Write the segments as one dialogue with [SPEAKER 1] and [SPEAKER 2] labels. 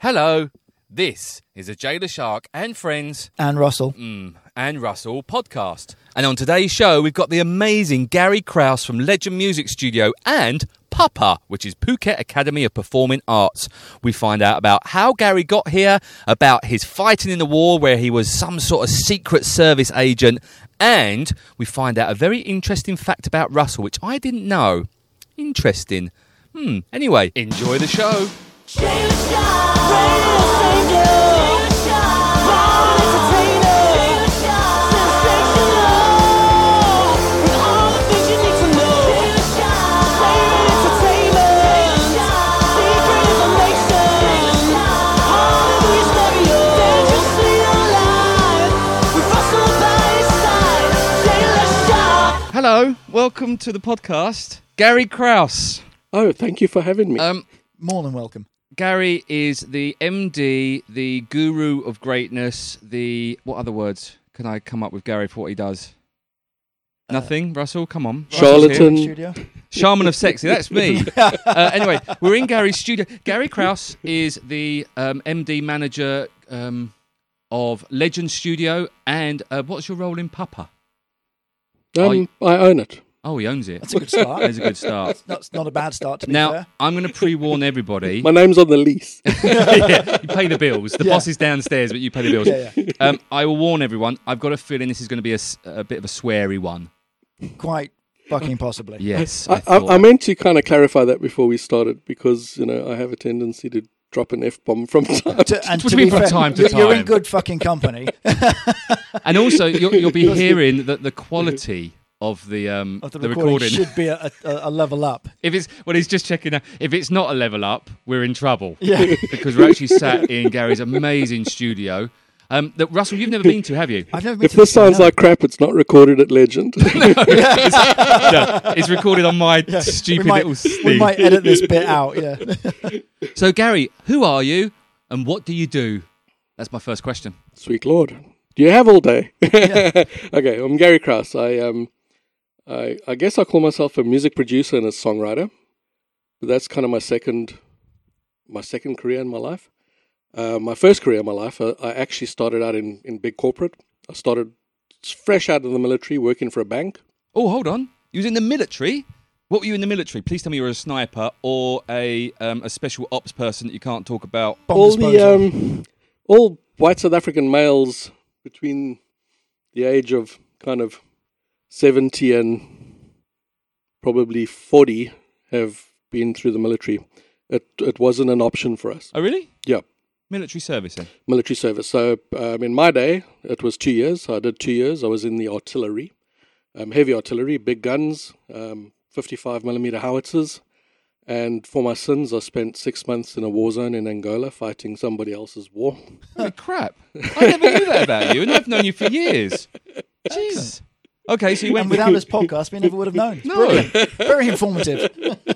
[SPEAKER 1] Hello, this is a Jailer Shark and Friends
[SPEAKER 2] And Russell.
[SPEAKER 1] Mm. and Russell podcast. And on today's show, we've got the amazing Gary Krause from Legend Music Studio and Papa, which is Phuket Academy of Performing Arts. We find out about how Gary got here, about his fighting in the war where he was some sort of secret service agent, and we find out a very interesting fact about Russell, which I didn't know. Interesting. Hmm. Anyway, enjoy the show. Hello, welcome to the podcast, Gary Krause.
[SPEAKER 3] Oh, thank you for having me.
[SPEAKER 1] Um,
[SPEAKER 2] More than welcome.
[SPEAKER 1] Gary is the MD, the guru of greatness, the what other words can I come up with Gary for what he does? Nothing, Russell. Come on, Russell's here.
[SPEAKER 3] Charlatan.
[SPEAKER 2] Studio.
[SPEAKER 1] shaman of sexy. That's me. uh, anyway, we're in Gary's studio. Gary Kraus is the um, MD manager um, of Legend Studio, and uh, what's your role in Papa?
[SPEAKER 3] um, I own it.
[SPEAKER 1] Oh, he owns it.
[SPEAKER 2] That's a good start.
[SPEAKER 1] That's a good start.
[SPEAKER 2] That's not a bad start to be
[SPEAKER 1] Now
[SPEAKER 2] fair.
[SPEAKER 1] I'm going to pre-warn everybody.
[SPEAKER 3] My name's on the lease.
[SPEAKER 1] yeah, you pay the bills. The
[SPEAKER 2] Yeah.
[SPEAKER 1] boss is downstairs, but you pay the bills.
[SPEAKER 2] Yeah,
[SPEAKER 1] Um, I will warn everyone. I've got a feeling this is going to be a, s- a bit of a sweary one.
[SPEAKER 2] Quite fucking possibly.
[SPEAKER 1] Yes, I,
[SPEAKER 3] I, I, I
[SPEAKER 1] thought.
[SPEAKER 3] meant to kind of clarify that before we started because, you know, I have a tendency to drop an F bomb from time.
[SPEAKER 2] To, and
[SPEAKER 1] What do you
[SPEAKER 2] to be
[SPEAKER 1] mean from
[SPEAKER 2] fair,
[SPEAKER 1] time to
[SPEAKER 2] you're, you're in
[SPEAKER 1] time?
[SPEAKER 2] good fucking company.
[SPEAKER 1] and also, you'll, you'll be hearing that the quality of the um
[SPEAKER 2] of
[SPEAKER 1] the,
[SPEAKER 2] the, recording,
[SPEAKER 1] recording.
[SPEAKER 2] should be a, a, a level up.
[SPEAKER 1] if it's well, he's just checking. Out. If it's not a level up, we're in trouble
[SPEAKER 2] Yeah.
[SPEAKER 1] because we're actually sat in Gary's amazing studio. Um, that Russell, you've never been to, have you?
[SPEAKER 2] I've never been
[SPEAKER 3] If
[SPEAKER 2] to the
[SPEAKER 3] this sounds
[SPEAKER 2] cinema.
[SPEAKER 3] like crap, it's not recorded at Legend.
[SPEAKER 1] No, it's recorded on my
[SPEAKER 2] we
[SPEAKER 1] stupid
[SPEAKER 2] might,
[SPEAKER 1] little
[SPEAKER 2] we
[SPEAKER 1] thing.
[SPEAKER 2] might edit this bit out. Yeah.
[SPEAKER 1] So, Gary, who are you, and what do you do? That's my first question.
[SPEAKER 3] Sweet Lord. Do you have all day? okay, I'm Gary Krause. I, um, I, I guess I call myself a music producer and a songwriter. But that's kind of my second, my second career in my life. Uh, my first career in my life, I, I actually started out in, in big corporate. I started fresh out of the military working for a bank.
[SPEAKER 1] Oh, hold on. You was in the military. What were you in the military? Please tell me you were a sniper or a um, a special ops person that you can't talk about.
[SPEAKER 2] Bomb
[SPEAKER 3] all
[SPEAKER 2] disposal.
[SPEAKER 3] the um, all white South African males between the age of kind of seventy and probably forty have been through the military. It it wasn't an option for us.
[SPEAKER 1] Oh, really?
[SPEAKER 3] Yeah,
[SPEAKER 1] Military service. Then.
[SPEAKER 3] military service. So um, in my day, it was two years. I did two years. I was in the artillery, um, heavy artillery, big guns, um, fifty-five millimeter howitzers. And for my sins, I spent six months in a war zone in Angola fighting somebody else's war.
[SPEAKER 1] Holy crap! I never knew that about you, and I've known you for years. Jeez. Okay, so you went
[SPEAKER 2] and without this podcast, we never would have known. It's
[SPEAKER 1] No,
[SPEAKER 2] Very informative.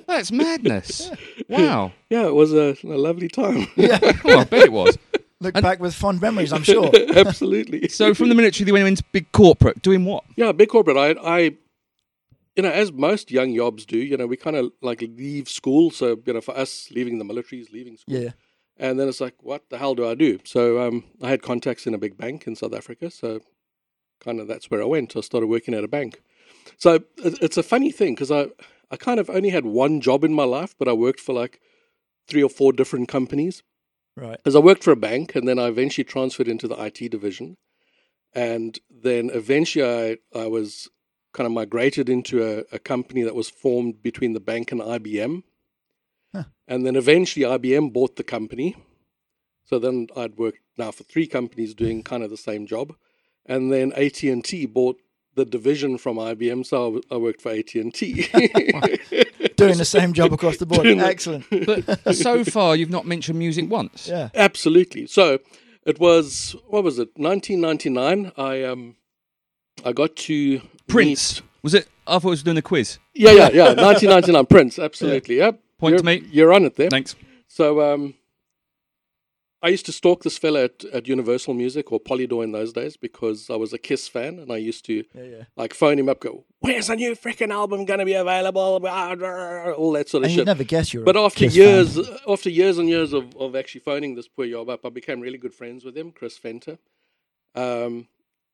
[SPEAKER 1] that's madness. Wow.
[SPEAKER 3] Yeah, it was a, a lovely time.
[SPEAKER 1] Well, I bet it was.
[SPEAKER 2] Look back with fond memories, I'm sure.
[SPEAKER 3] Absolutely.
[SPEAKER 1] So from the military, they went into big corporate. Doing what?
[SPEAKER 3] Yeah, big corporate. I, I, you know, as most young yobs do, you know, we kind of like leave school. So, you know, for us, leaving the military is leaving school.
[SPEAKER 2] Yeah.
[SPEAKER 3] And then it's like, what the hell do I do? So um, I had contacts in a big bank in South Africa. So kind of that's where I went. I started working at a bank. So it- it's a funny thing because I, I kind of only had one job in my life, but I worked for like three or four different companies.
[SPEAKER 2] Right.
[SPEAKER 3] As I worked for a bank and then I eventually transferred into the IT division. And then eventually I, I was kind of migrated into a, a company that was formed between the bank and IBM. And then eventually IBM bought the company. So then I'd worked now for three companies doing kind of the same job. And then AT&T bought the division from IBM, so I w- I worked for AT&T.
[SPEAKER 2] Doing the same job across the board. Excellent.
[SPEAKER 1] But so far, you've not mentioned music once.
[SPEAKER 2] Yeah.
[SPEAKER 3] Absolutely. So it was what was it? 1999. I um, I got to
[SPEAKER 1] Prince.
[SPEAKER 3] meet-
[SPEAKER 1] Was it? I thought it was doing a quiz.
[SPEAKER 3] yeah, yeah, yeah. 1999. Prince. Absolutely. Yep.
[SPEAKER 1] Point to
[SPEAKER 3] You're-
[SPEAKER 1] me.
[SPEAKER 3] You're on it there.
[SPEAKER 1] Thanks.
[SPEAKER 3] So um, I used to stalk this fella at, at Universal Music or Polydor in those days because I was a Kiss fan and I used to
[SPEAKER 2] Yeah, yeah.
[SPEAKER 3] like phone him up, go, "Where's the new freaking album going to be available?" Blah, blah, blah, All that sort of
[SPEAKER 2] And
[SPEAKER 3] shit.
[SPEAKER 2] you'd never guess you're. a
[SPEAKER 3] But after
[SPEAKER 2] Kiss fan.
[SPEAKER 3] years, after years and years of, of actually phoning this poor yob up, I became really good friends with him, Chris Fenter, um,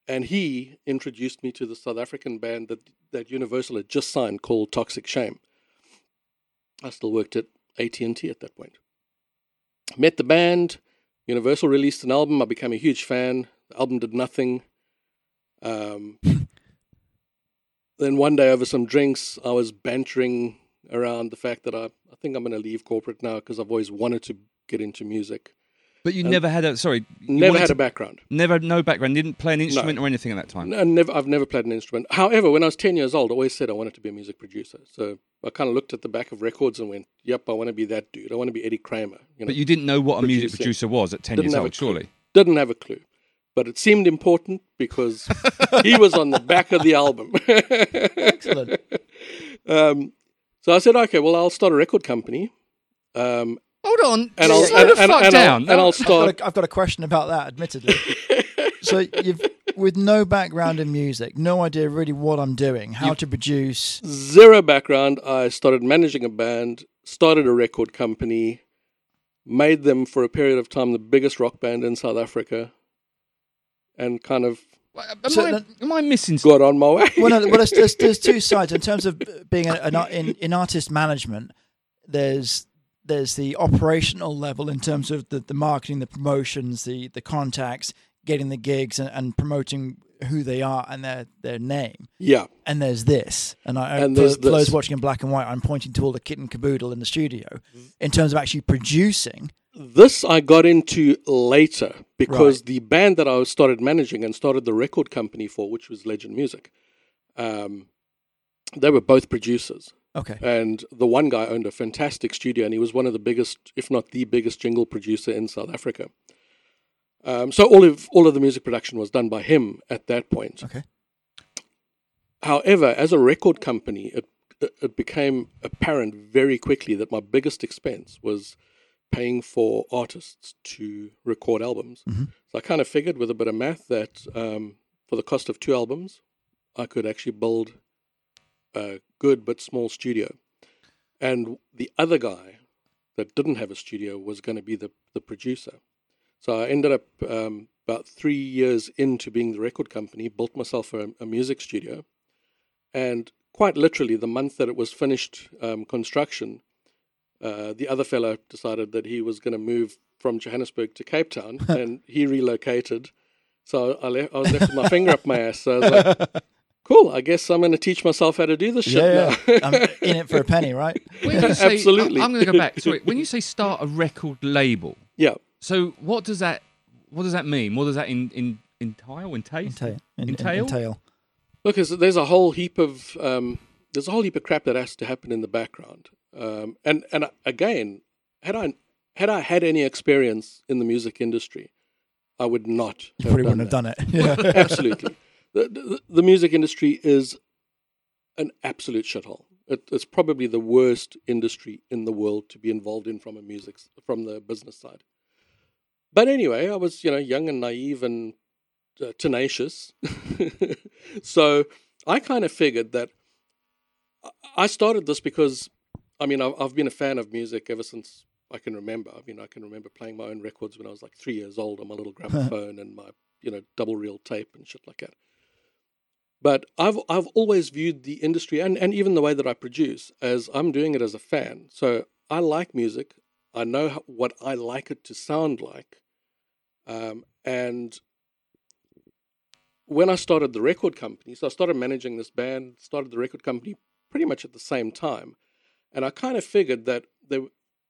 [SPEAKER 3] and he introduced me to the South African band that that Universal had just signed called Toxic Shame. I still worked at AT and T at that point. Met the band. Universal released an album. I became a huge fan. The album did nothing. Um, then one day over some drinks, I was bantering around the fact that I, I think I'm going to leave corporate now because I've always wanted to get into music.
[SPEAKER 1] But you never had a sorry, you
[SPEAKER 3] Um, Never
[SPEAKER 1] wanted
[SPEAKER 3] had
[SPEAKER 1] to-
[SPEAKER 3] a background.
[SPEAKER 1] never had no background, didn't play an instrument or anything at that time.
[SPEAKER 3] N- never, I've never played an instrument. However, when I was 10 years old, I always said I wanted to be a music producer. So I kind of looked at the back of records and went, yep, I want to be that dude. I want to be Eddie Kramer. You know,
[SPEAKER 1] But you didn't know what a music producer
[SPEAKER 3] Producer.
[SPEAKER 1] was at ten
[SPEAKER 3] Didn't
[SPEAKER 1] years
[SPEAKER 3] have a
[SPEAKER 1] old,
[SPEAKER 3] clue.
[SPEAKER 1] surely.
[SPEAKER 3] didn't have a clue. But it seemed important because he was on the back of the album.
[SPEAKER 2] Excellent.
[SPEAKER 3] um, so I said, okay, well, I'll start a record company. Um,
[SPEAKER 1] Hold on,
[SPEAKER 3] and I'll,
[SPEAKER 1] slow
[SPEAKER 3] and,
[SPEAKER 1] the
[SPEAKER 3] and-
[SPEAKER 1] fuck
[SPEAKER 3] and I'll-
[SPEAKER 1] down.
[SPEAKER 3] and I'll
[SPEAKER 2] I've got,
[SPEAKER 3] start
[SPEAKER 2] a, I've got a question about that, admittedly. so you've, with no background in music, no idea really what I'm doing, how to produce.
[SPEAKER 3] zero background. I started managing a band, started a record company, made them for a period of time the biggest rock band in South Africa, and kind of
[SPEAKER 1] Am,
[SPEAKER 2] So
[SPEAKER 1] I,
[SPEAKER 2] then-
[SPEAKER 1] uh, am I missing? something?
[SPEAKER 3] got on my way.
[SPEAKER 2] Well, no, well, there's, there's, there's two sides in terms of being an, an, ar- in, in artist management. There's there's the operational level in terms of the, the marketing, the promotions, the the contacts, getting the gigs, and, and promoting who they are and their their name.
[SPEAKER 3] yeah.
[SPEAKER 2] and there's this. And I,
[SPEAKER 3] And
[SPEAKER 2] for,
[SPEAKER 3] there's
[SPEAKER 2] for those
[SPEAKER 3] this.
[SPEAKER 2] watching in black and white, I'm pointing to all the kit and caboodle in the studio in terms of actually producing.
[SPEAKER 3] This I got into later because the band that I started managing and started the record company for, which was Legend Music, um, they were both producers.
[SPEAKER 2] Okay.
[SPEAKER 3] And the one guy owned a fantastic studio, and he was one of the biggest, if not the biggest, jingle producer in South Africa. Um, so all of all of the music production was done by him at that point.
[SPEAKER 2] Okay.
[SPEAKER 3] However, as a record company, it it became apparent very quickly that my biggest expense was paying for artists to record albums. So I kind of figured with a bit of math that um, for the cost of two albums, I could actually build a good but small studio. And the other guy that didn't have a studio was going to be the, the producer. So I ended up um, about three years into being the record company, built myself a, a music studio. And quite literally, the month that it was finished um, construction, uh, the other fellow decided that he was going to move from Johannesburg to Cape Town and he relocated. So I, le- I was left with my finger up my ass. So I was like, cool, I guess I'm going to teach myself how to do this shit
[SPEAKER 2] Yeah,
[SPEAKER 3] now.
[SPEAKER 2] yeah. I'm in it for a penny, right?
[SPEAKER 1] When you say,
[SPEAKER 3] Absolutely.
[SPEAKER 1] I'm, going to go back. Sorry, when you say start a record label,
[SPEAKER 3] yeah.
[SPEAKER 1] so what does that what does that mean? What does that in, in entail? Entail?
[SPEAKER 2] Entail. In, in-
[SPEAKER 1] Entail?
[SPEAKER 2] entail.
[SPEAKER 3] Look, there's, there's a whole heap of um, there's a whole heap of crap that has to happen in the background, um, and and again, had I had I had any experience in the music industry, I would not.
[SPEAKER 2] You probably wouldn't have
[SPEAKER 3] that.
[SPEAKER 2] done it. Yeah.
[SPEAKER 3] Absolutely, the, the the music industry is an absolute shithole. It, it's probably the worst industry in the world to be involved in from a music s- from the business side. But anyway, I was you know young and naive and uh, tenacious. so I kind of figured that I- I started this because, I mean, I've, I've been a fan of music ever since I can remember. I mean, I can remember playing my own records when I was like three years old on my little gramophone and my, you know, double reel tape and shit like that. But I've I've always viewed the industry and, and even the way that I produce as I'm doing it as a fan. So I like music. I know how, what I like it to sound like, um, and when I started the record company, so I started managing this band, started the record company pretty much at the same time, and I kind of figured that there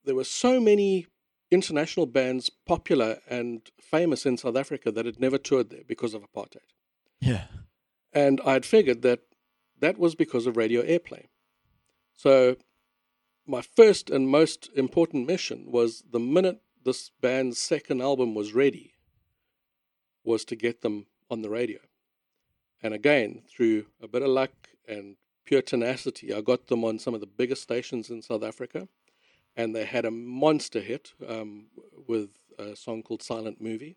[SPEAKER 3] there were so many international bands popular and famous in South Africa that had never toured there because of apartheid,
[SPEAKER 2] yeah.
[SPEAKER 3] and I had figured that that was because of radio airplay. So my first and most important mission was the minute this band's second album was ready, was to get them on the radio. And again, through a bit of luck and pure tenacity, I got them on some of the biggest stations in South Africa. And they had a monster hit um, with a song called Silent Movie,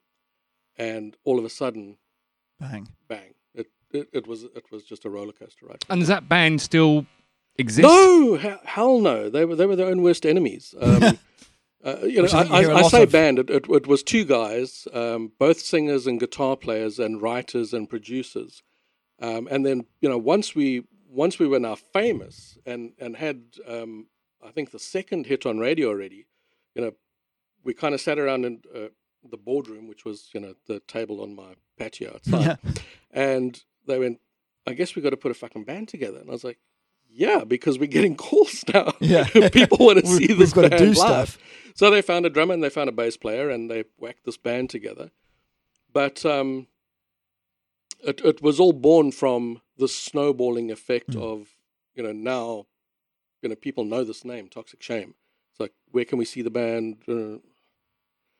[SPEAKER 3] and all of a sudden,
[SPEAKER 2] Bang.
[SPEAKER 3] bang! It it, it was it was just a roller coaster ride.
[SPEAKER 1] And does that band still exist?
[SPEAKER 3] No, he- hell no. They were they were their own worst enemies. Um, uh, you know,
[SPEAKER 2] Which I
[SPEAKER 3] I,
[SPEAKER 2] think you hear a
[SPEAKER 3] I, I
[SPEAKER 2] lot
[SPEAKER 3] say
[SPEAKER 2] of.
[SPEAKER 3] band. It, it, it was two guys, um, both singers and guitar players, and writers and producers. Um, and then you know, once we once we were now famous and and had um, I think the second hit on radio already, you know, we kind of sat around in uh, the boardroom, which was you know the table on my patio outside,
[SPEAKER 2] Yeah.
[SPEAKER 3] and they went, I guess we got to put a fucking band together. And I was like, yeah, because we're getting calls now.
[SPEAKER 2] Yeah.
[SPEAKER 3] People want to
[SPEAKER 2] We-
[SPEAKER 3] see
[SPEAKER 2] we've
[SPEAKER 3] this
[SPEAKER 2] gotta
[SPEAKER 3] band
[SPEAKER 2] do
[SPEAKER 3] live.
[SPEAKER 2] stuff.
[SPEAKER 3] So they found a drummer and they found a bass player and they whacked this band together. But um, it, it was all born from the snowballing effect of, you know, now, you know, people know this name, Toxic Shame. It's like, where can we see the band? Uh,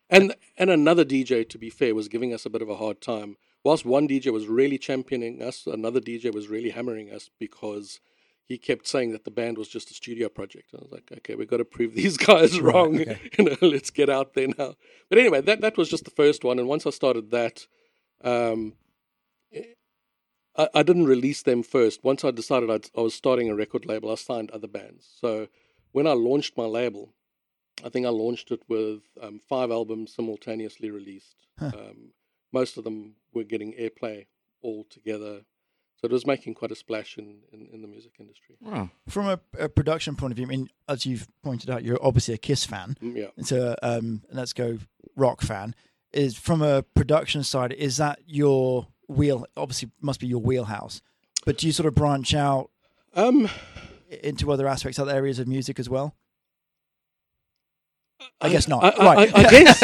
[SPEAKER 3] and and another DJ, to be fair, was giving us a bit of a hard time. Whilst one DJ was really championing us, another DJ was really hammering us because he kept saying that the band was just a studio project. I was like, okay, we've got to prove these guys wrong. you know, let's get out there now. But anyway, that that was just the first one, and once I started that, um, I, I didn't release them first. Once I decided I'd, I was starting a record label, I signed other bands. So when I launched my label, I think I launched it with um, five albums simultaneously released. Um, most of them were getting airplay all together. So it was making quite a splash in, in, in the music industry.
[SPEAKER 1] Wow.
[SPEAKER 2] From a, a production point of view, I mean, as you've pointed out, you're obviously a Kiss fan.
[SPEAKER 3] Mm, Yeah.
[SPEAKER 2] It's a um, let's go rock fan. Is from a production side, is that your wheel? Obviously, must be your wheelhouse. But do you sort of branch out
[SPEAKER 3] Um,
[SPEAKER 2] into other aspects, other areas of music as well? I guess not.
[SPEAKER 3] I, I,
[SPEAKER 2] right.
[SPEAKER 3] I, I guess.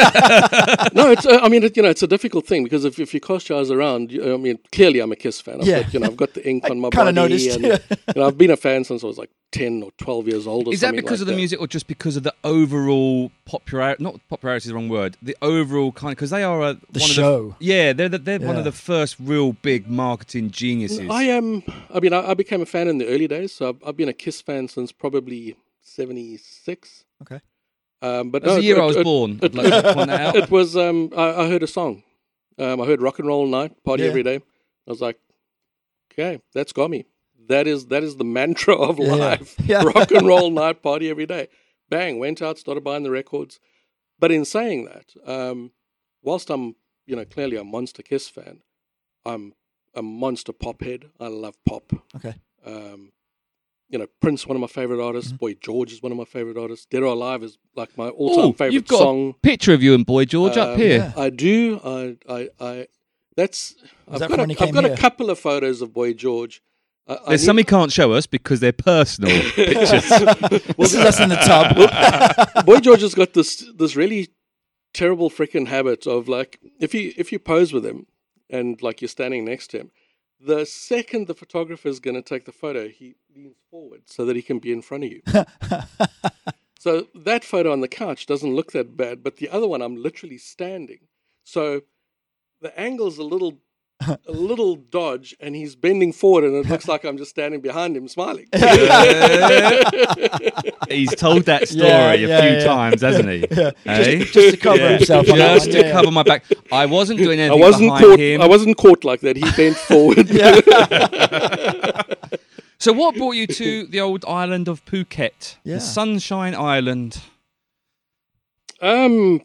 [SPEAKER 3] no, it's, uh, I mean, it, you know, it's a difficult thing because if, if you cast your eyes around, you, I mean, clearly I'm a Kiss fan. I've
[SPEAKER 2] Yeah.
[SPEAKER 3] got, you know, I've got the ink
[SPEAKER 2] I
[SPEAKER 3] on my
[SPEAKER 2] kinda
[SPEAKER 3] body.
[SPEAKER 2] noticed,
[SPEAKER 3] And,
[SPEAKER 2] yeah.
[SPEAKER 3] you know, I've been a fan since I was like 10 or 12 years old. Or
[SPEAKER 1] Is that
[SPEAKER 3] something
[SPEAKER 1] because
[SPEAKER 3] like
[SPEAKER 1] of the
[SPEAKER 3] that.
[SPEAKER 1] music, or just because of the overall popularity? Not popularity is the wrong word. The overall kind, because they are a,
[SPEAKER 2] The
[SPEAKER 1] one
[SPEAKER 2] show.
[SPEAKER 1] Of the, yeah, they're the, they're one
[SPEAKER 2] Yeah. Oh,
[SPEAKER 1] of the first real big marketing geniuses.
[SPEAKER 3] I am. I mean, I, I became a fan in the early days, so I've, I've been a Kiss fan since probably '76.
[SPEAKER 2] Okay.
[SPEAKER 3] Um, but
[SPEAKER 1] That's
[SPEAKER 3] no,
[SPEAKER 1] the year
[SPEAKER 3] it,
[SPEAKER 1] I was
[SPEAKER 3] it,
[SPEAKER 1] born. I'd like to point that out.
[SPEAKER 3] It was. Um, I, I heard a song. Um, I heard "Rock and Roll Night," party
[SPEAKER 2] Yeah.
[SPEAKER 3] every day. I was like, okay, that's got me. That is that is the mantra of
[SPEAKER 2] Yeah.
[SPEAKER 3] life.
[SPEAKER 2] Yeah.
[SPEAKER 3] Rock and roll night party every day. Bang, went out, started buying the records. But in saying that, um, whilst I'm you know clearly a monster Kiss fan, I'm a monster pop head. I love pop.
[SPEAKER 2] Okay.
[SPEAKER 3] Um, you know, Prince, one of my favorite artists. Boy George is one of my favorite artists. Dead or Alive is like my all-time
[SPEAKER 1] Ooh,
[SPEAKER 3] favorite
[SPEAKER 1] you've got
[SPEAKER 3] song.
[SPEAKER 1] a picture of you and Boy George up
[SPEAKER 3] Um,
[SPEAKER 1] here.
[SPEAKER 2] yeah.
[SPEAKER 3] I do. I, I, I that's. I've
[SPEAKER 2] that
[SPEAKER 3] got,
[SPEAKER 2] from when
[SPEAKER 3] a,
[SPEAKER 2] he
[SPEAKER 3] I've
[SPEAKER 2] came
[SPEAKER 3] got
[SPEAKER 2] here?
[SPEAKER 3] a couple of photos of Boy George. I, I
[SPEAKER 1] There's
[SPEAKER 3] need-
[SPEAKER 1] some he can't show us because they're personal pictures.
[SPEAKER 2] This is us in the tub.
[SPEAKER 3] Boy George has got this this really terrible freaking habit of like if you if you pose with him and like you're standing next to him, the second the photographer is going to take the photo, he leans forward so that he can be in front of you. so that photo on the couch doesn't look that bad, but the other one I'm literally standing. So the angle's a little a little dodge and he's bending forward and it looks like I'm just standing behind him smiling.
[SPEAKER 1] He's told that story
[SPEAKER 2] Yeah,
[SPEAKER 1] a
[SPEAKER 2] yeah,
[SPEAKER 1] few
[SPEAKER 2] yeah.
[SPEAKER 1] times, hasn't he? Eh?
[SPEAKER 2] just to cover
[SPEAKER 1] Yeah.
[SPEAKER 2] himself. On that
[SPEAKER 1] Just
[SPEAKER 2] one,
[SPEAKER 1] to
[SPEAKER 2] yeah, yeah.
[SPEAKER 1] cover my back. I wasn't doing
[SPEAKER 3] I
[SPEAKER 1] anything
[SPEAKER 3] wasn't
[SPEAKER 1] behind
[SPEAKER 3] caught
[SPEAKER 1] him.
[SPEAKER 3] I wasn't caught like that. He bent forward.
[SPEAKER 1] So, what brought you to the old island of Phuket,
[SPEAKER 2] Yeah.
[SPEAKER 1] the Sunshine Island?
[SPEAKER 3] Um,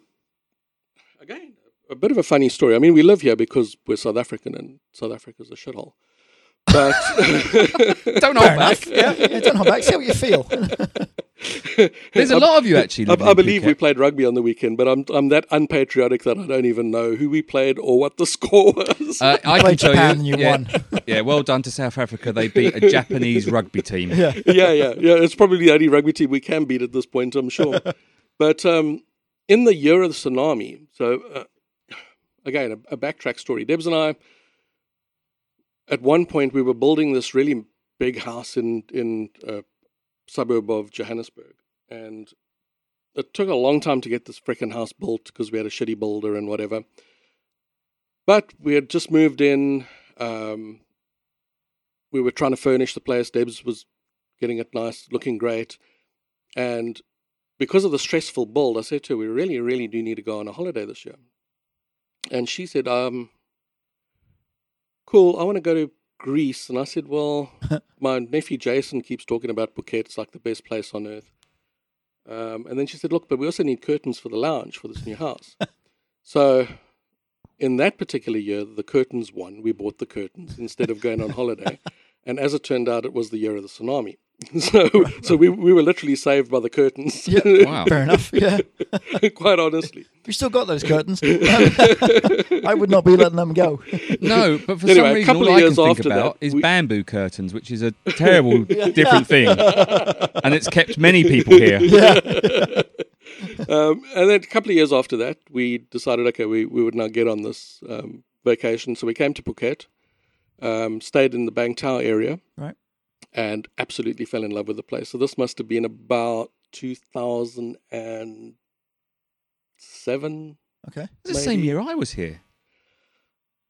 [SPEAKER 3] again, a bit of a funny story. I mean, we live here because we're South African, and South Africa's a shithole. But
[SPEAKER 1] Don't hold back.
[SPEAKER 2] yeah, yeah, don't hold back. See what you feel.
[SPEAKER 1] There's a lot of you actually.
[SPEAKER 3] I,
[SPEAKER 1] living
[SPEAKER 3] I
[SPEAKER 1] in
[SPEAKER 3] believe we
[SPEAKER 1] Phuket.
[SPEAKER 3] played rugby on the weekend. But I'm I'm that unpatriotic that I don't even know who we played or what the score was.
[SPEAKER 1] Uh, I can
[SPEAKER 2] played
[SPEAKER 1] tell
[SPEAKER 2] Japan
[SPEAKER 1] you,
[SPEAKER 2] and you
[SPEAKER 1] yeah,
[SPEAKER 2] won.
[SPEAKER 1] yeah, well done to South Africa. They beat a Japanese rugby team. Yeah.
[SPEAKER 3] yeah, yeah, yeah. It's probably the only rugby team we can beat at this point, I'm sure. but um, in the year of the tsunami, so uh, again, a, a backtrack story. Debs and I, at one point, we were building this really big house in in a suburb of Johannesburg, and it took a long time to get this frickin' house built because we had a shitty builder and whatever. But we had just moved in. Um, we were trying to furnish the place. Debs was getting it nice, looking great. And because of the stressful build, I said to her, "We really, really do need to go on a holiday this year." And she said, "Um, cool. I want to go to Greece." And I said, "Well, my nephew Jason keeps talking about Phuket. It's like the best place on earth." Um, and then she said, "Look, but we also need curtains for the lounge for this new house." so, in that particular year, the curtains won. We bought the curtains instead of going on holiday. And as it turned out, it was the year of the tsunami. so, so we, we were literally saved by the curtains.
[SPEAKER 1] Wow.
[SPEAKER 2] Fair enough. Yeah.
[SPEAKER 3] Quite honestly.
[SPEAKER 2] We still got those curtains. I would not be letting them go.
[SPEAKER 1] No, but for
[SPEAKER 3] Anyway,
[SPEAKER 1] some
[SPEAKER 3] a
[SPEAKER 1] reason, all
[SPEAKER 3] couple of
[SPEAKER 1] I can
[SPEAKER 3] years
[SPEAKER 1] think
[SPEAKER 3] after
[SPEAKER 1] about
[SPEAKER 3] that,
[SPEAKER 1] is
[SPEAKER 3] we-
[SPEAKER 1] bamboo curtains, which is a terrible, different thing, and it's kept many people here.
[SPEAKER 3] Um, and then a couple of years after that, we decided, okay, we, we would now get on this um, vacation. So we came to Phuket, um, stayed in the Bang Tao area,
[SPEAKER 2] Right.
[SPEAKER 3] and absolutely fell in love with the place. So this must have been about 2007.
[SPEAKER 2] Okay.
[SPEAKER 1] It's the same
[SPEAKER 3] Maybe.
[SPEAKER 1] year I was here.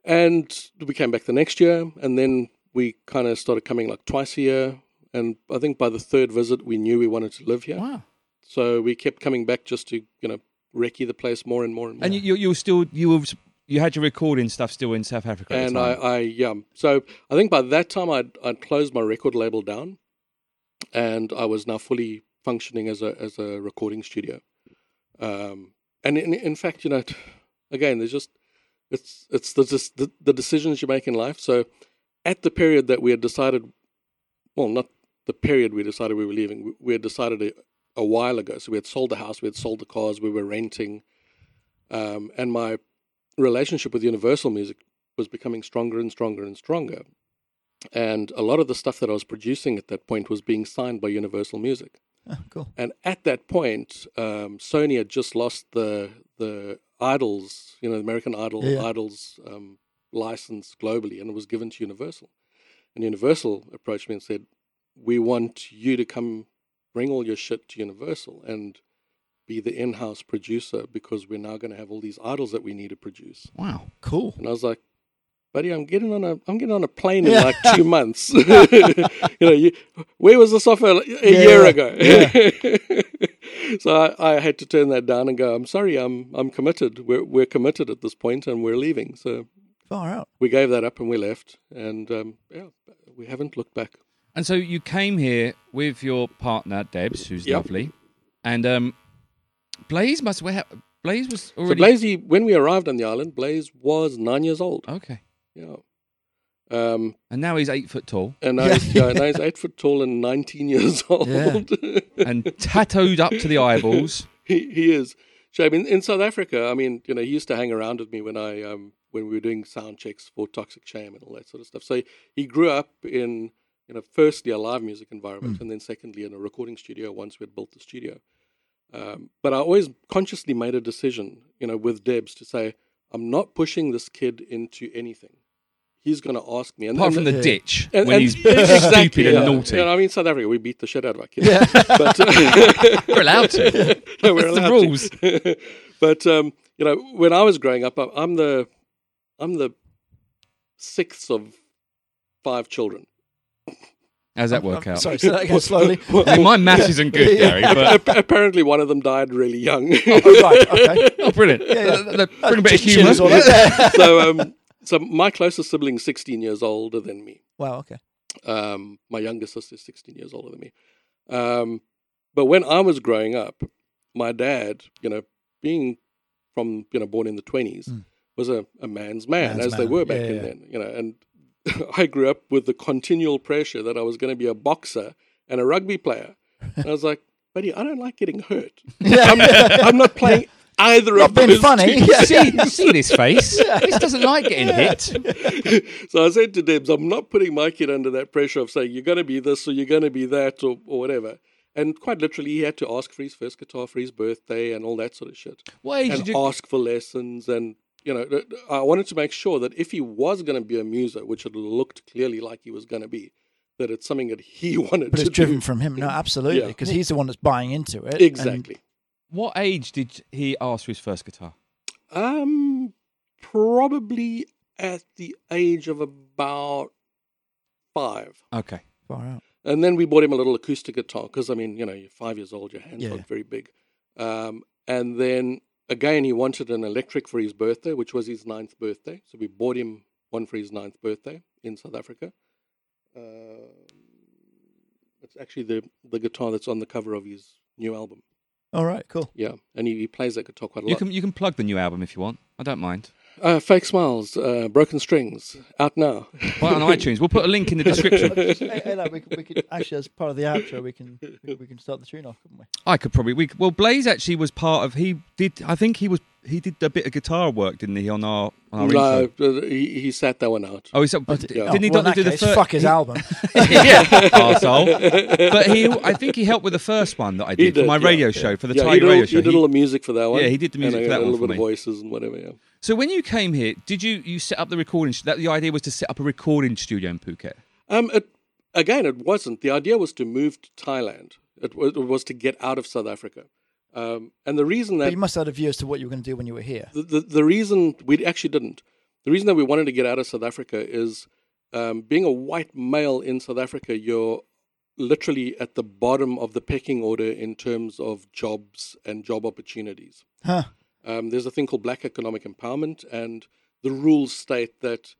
[SPEAKER 3] And we came back the next year, and then we kind of started coming like twice a year. And I think by the third visit, we knew we wanted to live here.
[SPEAKER 1] Wow.
[SPEAKER 3] So we kept coming back just to, you know, recce the place more and more and more.
[SPEAKER 1] And you, you, you were still you were you had your recording stuff still in South Africa. at the
[SPEAKER 3] and I,
[SPEAKER 1] time.
[SPEAKER 3] I, yeah. So I think by that time, I'd, I'd closed my record label down, and I was now fully functioning as a as a recording studio. Um, and in, in fact, you know, t- again, there's just it's it's the, just the the decisions you make in life. So at the period that we had decided, well, not the period we decided we were leaving, we, we had decided a, a while ago. So we had sold the house, we had sold the cars, we were renting, um, and my relationship with Universal Music was becoming stronger and stronger and stronger. And a lot of the stuff that I was producing at that point was being signed by Universal Music.
[SPEAKER 2] Oh, cool.
[SPEAKER 3] And at that point, um, Sony had just lost the the Idols, you know, the American Idol
[SPEAKER 2] Yeah, yeah.
[SPEAKER 3] Idols um, license globally, and it was given to Universal. And Universal approached me and said, "We want you to come, bring all your shit to Universal, and be the in-house producer because we're now going to have all these idols that we need to produce."
[SPEAKER 1] wow.
[SPEAKER 2] Cool.
[SPEAKER 3] And I was like, buddy, I'm getting on a I'm getting on a plane in
[SPEAKER 2] Yeah.
[SPEAKER 3] like two months. you know, you, where was this offer a year
[SPEAKER 2] yeah,
[SPEAKER 3] ago? so I, I had to turn that down and go, I'm sorry, I'm I'm committed. We're we're committed at this point and we're leaving. So
[SPEAKER 2] Far out.
[SPEAKER 3] we gave that up and we left. And um, yeah, we haven't looked back.
[SPEAKER 1] And so you came here with your partner Debs, who's
[SPEAKER 3] Yep.
[SPEAKER 1] lovely, and um, Blaze must. Where, Blaze was
[SPEAKER 3] So
[SPEAKER 1] already
[SPEAKER 3] Blaze, when we arrived on the island, Blaze was nine years old.
[SPEAKER 2] Oh.
[SPEAKER 1] okay,
[SPEAKER 3] Yeah. Um,
[SPEAKER 1] and now he's eight foot tall
[SPEAKER 3] and now,
[SPEAKER 2] Yeah.
[SPEAKER 3] He's, yeah, now he's eight foot tall and 19 years old.
[SPEAKER 2] Yeah.
[SPEAKER 1] and tattooed up to the eyeballs.
[SPEAKER 3] he, he is. So I mean, in South Africa, I mean, you know, he used to hang around with me when I um, when we were doing sound checks for Toxic Shame and all that sort of stuff. So he grew up in you know, firstly a live music
[SPEAKER 1] Mm.
[SPEAKER 3] environment, and then secondly in a recording studio. Once we had built the studio, um, but I always consciously made a decision, you know, with Debs to say I'm not pushing this kid into anything. He's going to ask me, and
[SPEAKER 1] Apart from
[SPEAKER 3] and-
[SPEAKER 1] the
[SPEAKER 2] Yeah.
[SPEAKER 1] ditch
[SPEAKER 3] and-
[SPEAKER 1] when
[SPEAKER 3] and-
[SPEAKER 1] he's
[SPEAKER 3] exactly,
[SPEAKER 1] stupid
[SPEAKER 3] yeah.
[SPEAKER 1] and naughty.
[SPEAKER 3] You know, I mean, South Africa, we beat the shit out of our kids.
[SPEAKER 2] Yeah.
[SPEAKER 3] But,
[SPEAKER 1] We're allowed to.
[SPEAKER 3] No, we're
[SPEAKER 1] That's the
[SPEAKER 3] allowed to. but um, you know, when I was growing up, I- I'm the I'm the sixth of five children.
[SPEAKER 1] How's that work out?
[SPEAKER 2] Sorry, say that again slowly.
[SPEAKER 1] I mean, my math isn't good, Gary, but
[SPEAKER 3] Ap- apparently, one of them died really young.
[SPEAKER 2] Oh, right. Okay.
[SPEAKER 1] oh, brilliant.
[SPEAKER 2] yeah.
[SPEAKER 1] Uh, look, Bring a bit of
[SPEAKER 2] Chin is on
[SPEAKER 1] humour.
[SPEAKER 2] it.
[SPEAKER 3] so, um, so my closest sibling's 16 years older than me.
[SPEAKER 2] wow. Okay.
[SPEAKER 3] Um, my younger sister's 16 years older than me. Um, but when I was growing up, my dad, you know, being from, you know, born in the 20s,
[SPEAKER 2] Mm.
[SPEAKER 3] was a, a man's man,
[SPEAKER 2] Man's
[SPEAKER 3] as they
[SPEAKER 2] man.
[SPEAKER 3] were back
[SPEAKER 2] Yeah,
[SPEAKER 3] in
[SPEAKER 2] yeah.
[SPEAKER 3] then, you know, and I grew up with the continual pressure that I was going to be a boxer and a rugby player. And I was like, buddy, I don't like getting hurt. I'm, I'm not playing either
[SPEAKER 2] Not
[SPEAKER 3] of those
[SPEAKER 2] being Um, funny.
[SPEAKER 3] two
[SPEAKER 2] Yeah.
[SPEAKER 1] See, see this face? This doesn't like getting hit.
[SPEAKER 3] so I said to Debs, I'm not putting my kid under that pressure of saying you're going to be this or you're going to be that or, or whatever. And quite literally, he had to ask for his first guitar for his birthday and all that sort of shit,
[SPEAKER 1] What age
[SPEAKER 3] and
[SPEAKER 1] did you?
[SPEAKER 3] ask for lessons. And you know, th- th- I wanted to make sure that if he was going to be a muser, which it looked clearly like he was going to be, that it's something that he wanted
[SPEAKER 2] But
[SPEAKER 3] to
[SPEAKER 2] it's driven
[SPEAKER 3] do.
[SPEAKER 2] from him. No, absolutely.
[SPEAKER 3] Yeah.
[SPEAKER 2] Because he's the one that's buying into it. and-
[SPEAKER 3] Exactly.
[SPEAKER 1] What age did he ask for his first guitar?
[SPEAKER 3] Um, probably at the age of about five.
[SPEAKER 1] Okay.
[SPEAKER 2] far out.
[SPEAKER 3] And then we bought him a little acoustic guitar because, I mean, you know, you're five years old, your hands
[SPEAKER 2] Yeah.
[SPEAKER 3] aren't very big. Um, and then again, he wanted an electric for his birthday, which was his ninth birthday. So we bought him one for his ninth birthday in South Africa. Uh, it's actually the, the guitar that's on the cover of his new album.
[SPEAKER 2] All right, cool.
[SPEAKER 3] Yeah. And he, he plays that guitar quite a
[SPEAKER 1] You
[SPEAKER 3] lot.
[SPEAKER 1] can you can plug the new album if you want. I don't mind.
[SPEAKER 3] Uh, Fake Smiles, uh, Broken Strings, out now.
[SPEAKER 1] Well, on iTunes, we'll put a link in the description.
[SPEAKER 2] hey, hey, look, we, could- we could actually, as part of the outro, we can we, we can start the tune off, couldn't we?
[SPEAKER 1] I could probably we well Blaze actually was part of he did I think he was he did a bit of guitar work didn't he on our on our
[SPEAKER 3] no,
[SPEAKER 1] intro.
[SPEAKER 3] uh, he, he sat that one out.
[SPEAKER 1] Oh, he's up,
[SPEAKER 3] yeah.
[SPEAKER 1] didn't he
[SPEAKER 2] well, in
[SPEAKER 1] not
[SPEAKER 2] that
[SPEAKER 1] do the
[SPEAKER 2] case,
[SPEAKER 1] first?
[SPEAKER 2] fuck his album.
[SPEAKER 1] yeah, arsehole. But he, I think he helped with the first one that I
[SPEAKER 3] He
[SPEAKER 1] did, for
[SPEAKER 3] did,
[SPEAKER 1] my
[SPEAKER 3] yeah.
[SPEAKER 1] radio show for the
[SPEAKER 3] yeah,
[SPEAKER 1] Thai
[SPEAKER 3] he did, all,
[SPEAKER 1] radio
[SPEAKER 3] he
[SPEAKER 1] show.
[SPEAKER 3] did
[SPEAKER 1] He-
[SPEAKER 3] all the music for that one.
[SPEAKER 1] Yeah, he did the music
[SPEAKER 3] and
[SPEAKER 1] for that
[SPEAKER 3] a,
[SPEAKER 1] one
[SPEAKER 3] little
[SPEAKER 1] for
[SPEAKER 3] bit of
[SPEAKER 1] me.
[SPEAKER 3] voices and whatever. Yeah.
[SPEAKER 1] so when you came here, did you you set up the recording? stu- That the idea was to set up a recording studio in Phuket.
[SPEAKER 3] Um, it, again, it wasn't. The idea was to move to Thailand. It, wa- it was to get out of South Africa. Um, and the reason
[SPEAKER 2] but
[SPEAKER 3] that
[SPEAKER 2] you must have had a view as to what you were going to do when you were here.
[SPEAKER 3] the, the, the reason we actually didn't, the reason that we wanted to get out of South Africa is um, being a white male in South Africa, you're literally at the bottom of the pecking order in terms of jobs and job opportunities.
[SPEAKER 2] Huh.
[SPEAKER 3] Um, there's a thing called black economic empowerment, and the rules state that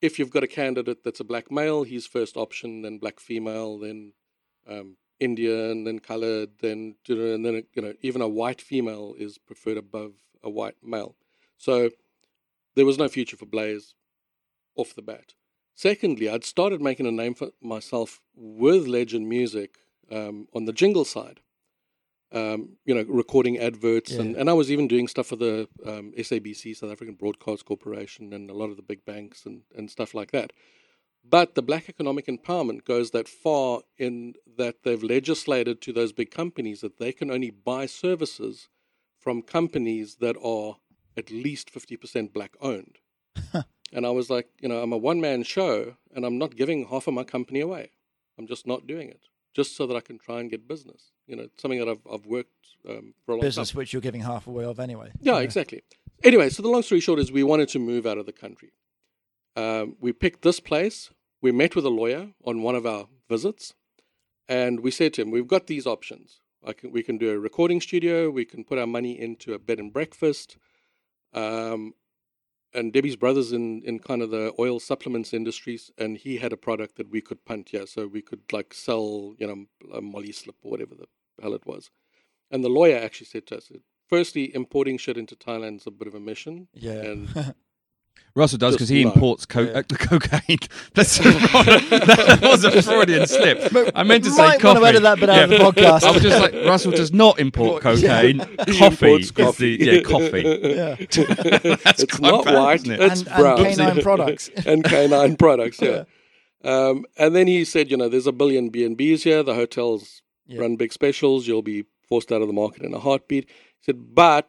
[SPEAKER 3] if you've got a candidate that's a black male, he's first option, then black female, then um, Indian, then coloured, then and then you know even a white female is preferred above a white male. So there was no future for Blaze off the bat. Secondly, I'd started making a name for myself with Legend Music um, on the jingle side. Um, you know, recording adverts, and,
[SPEAKER 2] Yeah.
[SPEAKER 3] and I was even doing stuff for the um, SABC, South African Broadcast Corporation, and a lot of the big banks and, and stuff like that. But the black economic empowerment goes that far in that they've legislated to those big companies that they can only buy services from companies that are at least 50% black owned. and I was like, you know, I'm a one man show and I'm not giving half of my company away. I'm just not doing it just so that I can try and get business. You know, it's something that I've, I've worked um, for a long time.
[SPEAKER 2] Business which you're giving half away of anyway.
[SPEAKER 3] Yeah, exactly. Anyway, so the long story short is we wanted to move out of the country. Um, we picked this place. We met with a lawyer on one of our visits, and we said to him, "We've got these options. I can, we can do a recording studio. We can put our money into a bed and breakfast." Um, and Debbie's brother's in, in kind of the oil supplements industries, and he had a product that we could punt here, so we could like sell, you know, a Molly slip or whatever the hell it was. And the lawyer actually said to us, firstly, importing shit into Thailand is a bit of a mission.
[SPEAKER 2] Yeah.
[SPEAKER 3] And
[SPEAKER 1] Russell does because
[SPEAKER 3] Just
[SPEAKER 1] he
[SPEAKER 3] no.
[SPEAKER 1] imports co-
[SPEAKER 2] Yeah.
[SPEAKER 1] uh, cocaine. That's that was a Freudian slip. I meant to say
[SPEAKER 2] might
[SPEAKER 1] coffee.
[SPEAKER 2] wanna edit that bit out of the podcast.
[SPEAKER 1] I was just like Russell does not import
[SPEAKER 2] Yeah.
[SPEAKER 1] cocaine.
[SPEAKER 3] he
[SPEAKER 1] Coffee,
[SPEAKER 3] imports
[SPEAKER 1] is the, yeah coffee.
[SPEAKER 2] Yeah.
[SPEAKER 3] it's
[SPEAKER 1] quite
[SPEAKER 3] not
[SPEAKER 1] bad,
[SPEAKER 3] white,
[SPEAKER 1] isn't it?
[SPEAKER 3] it's
[SPEAKER 2] And- and
[SPEAKER 3] brown.
[SPEAKER 2] canine products.
[SPEAKER 3] and canine products, yeah. Um, and then he said, you know, there's a billion B&Bs here. The hotels
[SPEAKER 2] Yeah.
[SPEAKER 3] run big specials. You'll be forced out of the market in a heartbeat. He said, but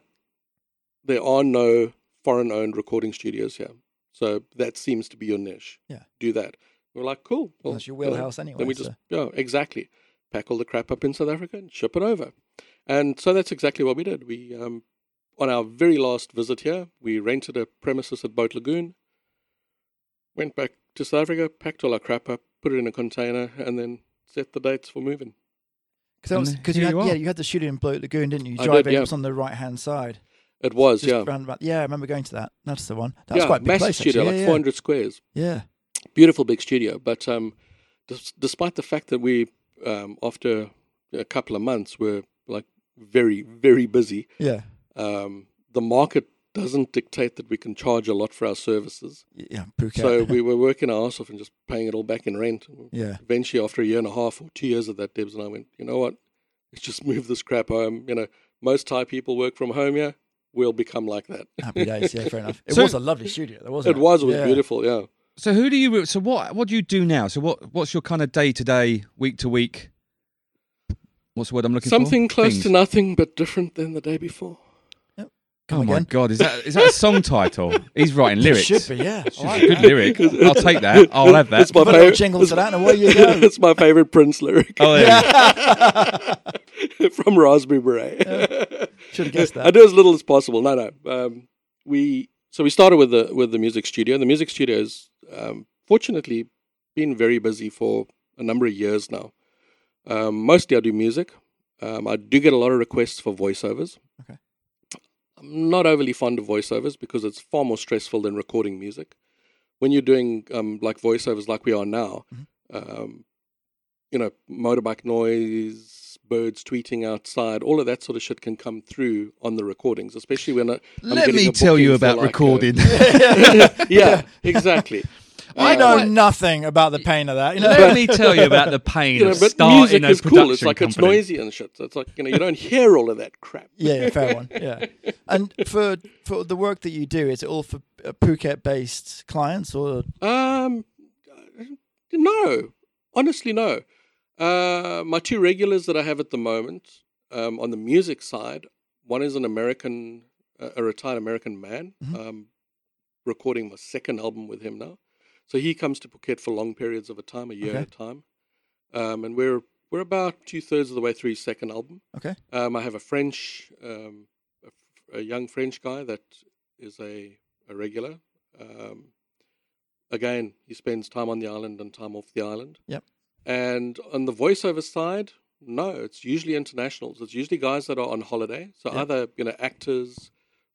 [SPEAKER 3] there are no foreign-owned recording studios here. So that seems to be your niche.
[SPEAKER 2] Yeah.
[SPEAKER 3] Do that. We're like, cool. well,
[SPEAKER 2] That's your
[SPEAKER 3] you know,
[SPEAKER 2] wheelhouse anyway,
[SPEAKER 3] Then we
[SPEAKER 2] so-
[SPEAKER 3] just, yeah, exactly. Pack all the crap up in South Africa and ship it over. And so that's exactly what we did. We, um, on our very last visit here, we rented a premises at Boat Lagoon, went back to South Africa, packed all our crap up, put it in a container, and then set the dates for moving.
[SPEAKER 1] And
[SPEAKER 2] Because you,
[SPEAKER 1] here
[SPEAKER 2] had,
[SPEAKER 1] you are.
[SPEAKER 2] yeah, you had the shooting in Blue Lagoon, didn't you? You
[SPEAKER 3] I
[SPEAKER 2] drive
[SPEAKER 3] did,
[SPEAKER 2] in,
[SPEAKER 3] yeah.
[SPEAKER 2] it was on the right hand side.
[SPEAKER 3] It was,
[SPEAKER 2] Just
[SPEAKER 3] yeah.
[SPEAKER 2] round about, yeah, I remember going to that. That's the one. That's
[SPEAKER 3] yeah,
[SPEAKER 2] quite a big
[SPEAKER 3] massive
[SPEAKER 2] place.
[SPEAKER 3] studio,
[SPEAKER 2] actually.
[SPEAKER 3] like
[SPEAKER 2] yeah,
[SPEAKER 3] 400 squares.
[SPEAKER 2] yeah. yeah.
[SPEAKER 3] Beautiful big studio. But um, dis- despite the fact that we, um, after a couple of months, were like very, very busy,
[SPEAKER 2] Yeah.
[SPEAKER 3] um, the market doesn't dictate that we can charge a lot for our services.
[SPEAKER 2] Y- Yeah. Phuket.
[SPEAKER 3] So we were working our ass off and just paying it all back in rent.
[SPEAKER 2] yeah.
[SPEAKER 3] Eventually, after a year and a half or two years of that, Debs and I went, you know what? Let's just move this crap home. You know, most Thai people work from home here. We'll become like that.
[SPEAKER 2] Happy days. Yeah, fair enough. It
[SPEAKER 1] So-
[SPEAKER 2] was a lovely studio, though, wasn't
[SPEAKER 3] It
[SPEAKER 2] it?
[SPEAKER 3] was. It was
[SPEAKER 2] Yeah.
[SPEAKER 3] beautiful. Yeah.
[SPEAKER 1] So who do you? So what? What do you do now? So what? What's your kind of day to day, week to week? What's the word I'm looking for?
[SPEAKER 3] Something close
[SPEAKER 1] Things.
[SPEAKER 3] to nothing, but different than the day before.
[SPEAKER 1] Oh
[SPEAKER 2] Come
[SPEAKER 1] my
[SPEAKER 2] again.
[SPEAKER 1] god! Is that is that a song title? He's writing
[SPEAKER 2] It
[SPEAKER 1] lyrics.
[SPEAKER 2] should be, yeah. I like
[SPEAKER 1] Good
[SPEAKER 2] that.
[SPEAKER 1] lyric. I'll take that. I'll have that.
[SPEAKER 3] It's my
[SPEAKER 2] Put a little
[SPEAKER 3] favorite.
[SPEAKER 2] jingle to that and away you go.
[SPEAKER 3] it's my favorite Prince lyric
[SPEAKER 1] Oh, there you go.
[SPEAKER 3] from Raspberry Beret.
[SPEAKER 2] Should have guessed
[SPEAKER 3] I
[SPEAKER 2] that.
[SPEAKER 3] do as little as possible. No, no. Um, we so we started with the with the music studio. The music studio has um, fortunately been very busy for a number of years now. Um, mostly I do music. Um, I do get a lot of requests for voiceovers.
[SPEAKER 2] Okay.
[SPEAKER 3] I'm not overly fond of voiceovers because it's far more stressful than recording music. When you're doing um, like voiceovers like we are now,
[SPEAKER 2] Mhm.
[SPEAKER 1] Mm-hmm.
[SPEAKER 3] um, you know, motorbike noise, birds tweeting outside, all of that sort of shit can come through on the recordings, especially when I, I'm
[SPEAKER 1] Let
[SPEAKER 3] getting
[SPEAKER 1] me
[SPEAKER 3] a
[SPEAKER 1] tell you
[SPEAKER 3] booking for,
[SPEAKER 1] about
[SPEAKER 3] like, uh, a-
[SPEAKER 1] recording.
[SPEAKER 3] yeah, exactly.
[SPEAKER 2] I
[SPEAKER 3] Uh,
[SPEAKER 2] know nothing about the pain of that. You know,
[SPEAKER 1] Let me tell you about the pain
[SPEAKER 3] you know,
[SPEAKER 1] of
[SPEAKER 3] but
[SPEAKER 1] starting
[SPEAKER 3] music
[SPEAKER 1] a
[SPEAKER 3] is
[SPEAKER 1] production
[SPEAKER 3] cool. It's like it's
[SPEAKER 1] company.
[SPEAKER 3] noisy and shit. So It's like you know you don't hear all of that crap.
[SPEAKER 2] yeah, yeah, fair one. Yeah, and for for the work that you do, is it all for uh, Phuket-based clients or
[SPEAKER 3] Um, no, honestly, no. Uh, my two regulars that I have at the moment um, on the music side, one is an American, uh, a retired American man. Um, recording my second album with him now, so he comes to Phuket for long periods of a time, a year
[SPEAKER 2] Okay.
[SPEAKER 3] at a time, um, and we're we're about two thirds of the way through his second album.
[SPEAKER 2] okay?
[SPEAKER 3] Um, I have a French, um, a, f- a young French guy that is a, a regular. Um, again, he spends time on the island and time off the island.
[SPEAKER 2] Yep.
[SPEAKER 3] And on the voiceover side, no, it's usually internationals. It's usually guys that are on holiday. So
[SPEAKER 2] Yep.
[SPEAKER 3] either you know actors,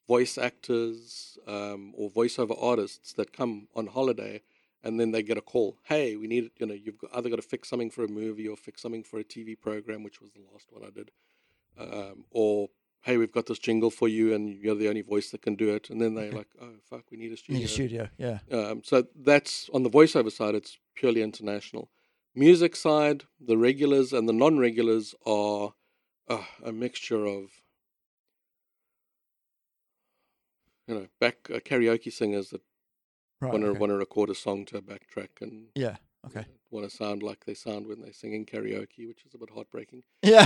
[SPEAKER 3] voice actors, um, or voiceover artists that come on holiday. And then they get a call. Hey, we need you know you've got, either got to fix something for a movie or fix something for a TV program, which was the last one I did um, or hey, we've got this jingle for you, and you're the only voice that can do it. And then they're like, oh fuck, we need a
[SPEAKER 2] In
[SPEAKER 3] studio.
[SPEAKER 2] your studio, yeah.
[SPEAKER 3] Um, so that's on the voiceover side. It's purely international. Music side, the regulars and the non-regulars are uh, a mixture of you know back uh, karaoke singers that
[SPEAKER 2] Right.
[SPEAKER 3] want to
[SPEAKER 2] okay.
[SPEAKER 3] want to record a song to a backtrack and
[SPEAKER 2] Yeah. Okay.
[SPEAKER 3] want to sound like they sound when they sing in karaoke, which is a bit heartbreaking.
[SPEAKER 2] Yeah.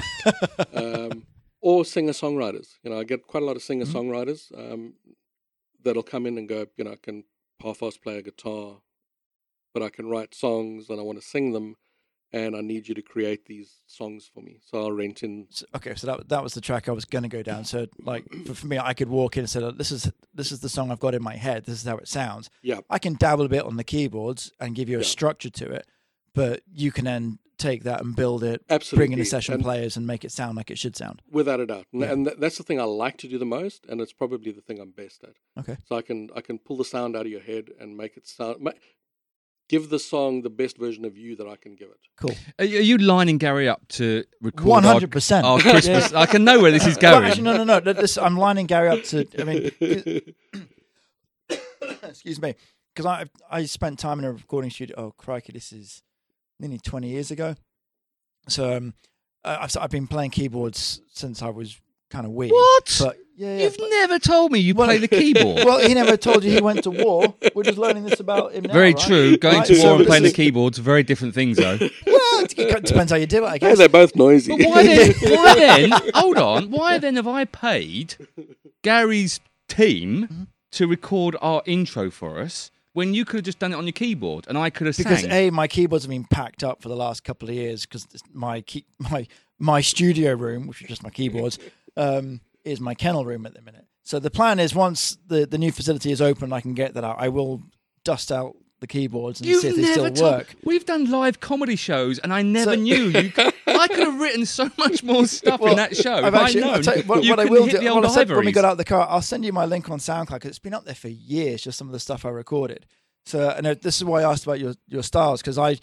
[SPEAKER 3] um, or singer songwriters. You know, I get quite a lot of
[SPEAKER 2] Mm-hmm.
[SPEAKER 3] singer songwriters um, that'll come in and go, you know, I can half-ass play a guitar, but I can write songs and I want to sing them, and I need you to create these songs for me. So I'll rent in.
[SPEAKER 2] So- okay, so that that was the track I was gonna go down. So like for, for me, I could walk in and say, "Look, "This is this is the song I've got in my head. This is how it sounds."
[SPEAKER 3] Yeah,
[SPEAKER 2] I can dabble a bit on the keyboards and give you a
[SPEAKER 3] Yeah.
[SPEAKER 2] structure to it, but you can then take that and build it,
[SPEAKER 3] absolutely.
[SPEAKER 2] bring in the session
[SPEAKER 3] And
[SPEAKER 2] players, and make it sound like it should sound.
[SPEAKER 3] without a doubt. And,
[SPEAKER 2] Yeah.
[SPEAKER 3] and tha- that's the thing I like to do the most, and it's probably the thing I'm best at.
[SPEAKER 2] Okay.
[SPEAKER 3] So I can I can pull the sound out of your head and make it sound. Ma- give the song the best version of you that I can give it.
[SPEAKER 2] Cool.
[SPEAKER 1] Are you are you lining Gary up to record
[SPEAKER 2] One
[SPEAKER 1] our-
[SPEAKER 2] hundred percent.
[SPEAKER 1] our Oh, Christmas? I can know where this is going.
[SPEAKER 2] actually, no, no, no. th- This I'm lining Gary up to. I mean, 'cause- excuse me, because I I spent time in a recording studio. Oh crikey, this is nearly twenty years ago. So um, I- I've I've been playing keyboards since I was kind of weird.
[SPEAKER 1] What?
[SPEAKER 2] But yeah, yeah,
[SPEAKER 1] You've
[SPEAKER 2] but-
[SPEAKER 1] never told me you
[SPEAKER 2] Well-
[SPEAKER 1] play the keyboard.
[SPEAKER 2] well, he never told you he went to war. We're just learning this about him now.
[SPEAKER 1] Very
[SPEAKER 2] right?
[SPEAKER 1] true. Going
[SPEAKER 2] Right,
[SPEAKER 1] to war
[SPEAKER 2] so
[SPEAKER 1] and
[SPEAKER 2] this
[SPEAKER 1] playing the
[SPEAKER 2] is-
[SPEAKER 1] keyboard's very different things, though.
[SPEAKER 2] Well, it it depends how you do it, I
[SPEAKER 3] Hey,
[SPEAKER 2] guess.
[SPEAKER 3] they're both noisy.
[SPEAKER 1] But why then? Why then? Hold on. Why then have I paid Gary's
[SPEAKER 2] Mm-hmm.
[SPEAKER 1] team to record our intro for us when you could have just done it on your keyboard and I could have
[SPEAKER 2] Because
[SPEAKER 1] sang?
[SPEAKER 2] a my keyboards have been packed up for the last couple of years because my key, my my studio room, which is just my keyboards, um, is my kennel room at the minute. So the plan is once the, the new facility is open, I can get that out. I will dust out the keyboards and see if they still
[SPEAKER 1] told-
[SPEAKER 2] work.
[SPEAKER 1] We've done live comedy shows, and I never
[SPEAKER 2] So-
[SPEAKER 1] knew you. c- I could have written so much more stuff in that show. if
[SPEAKER 2] I've
[SPEAKER 1] I'd
[SPEAKER 2] actually- I'll
[SPEAKER 1] known,
[SPEAKER 2] tell you what,
[SPEAKER 1] you
[SPEAKER 2] what I
[SPEAKER 1] couldn't
[SPEAKER 2] will
[SPEAKER 1] hit
[SPEAKER 2] do.
[SPEAKER 1] the old
[SPEAKER 2] what I said when we
[SPEAKER 1] ivories.
[SPEAKER 2] got out of the car, I'll send you my link on SoundCloud because it's been up there for years. Just some of the stuff I recorded. So, and uh, this is why I asked about your your styles because I,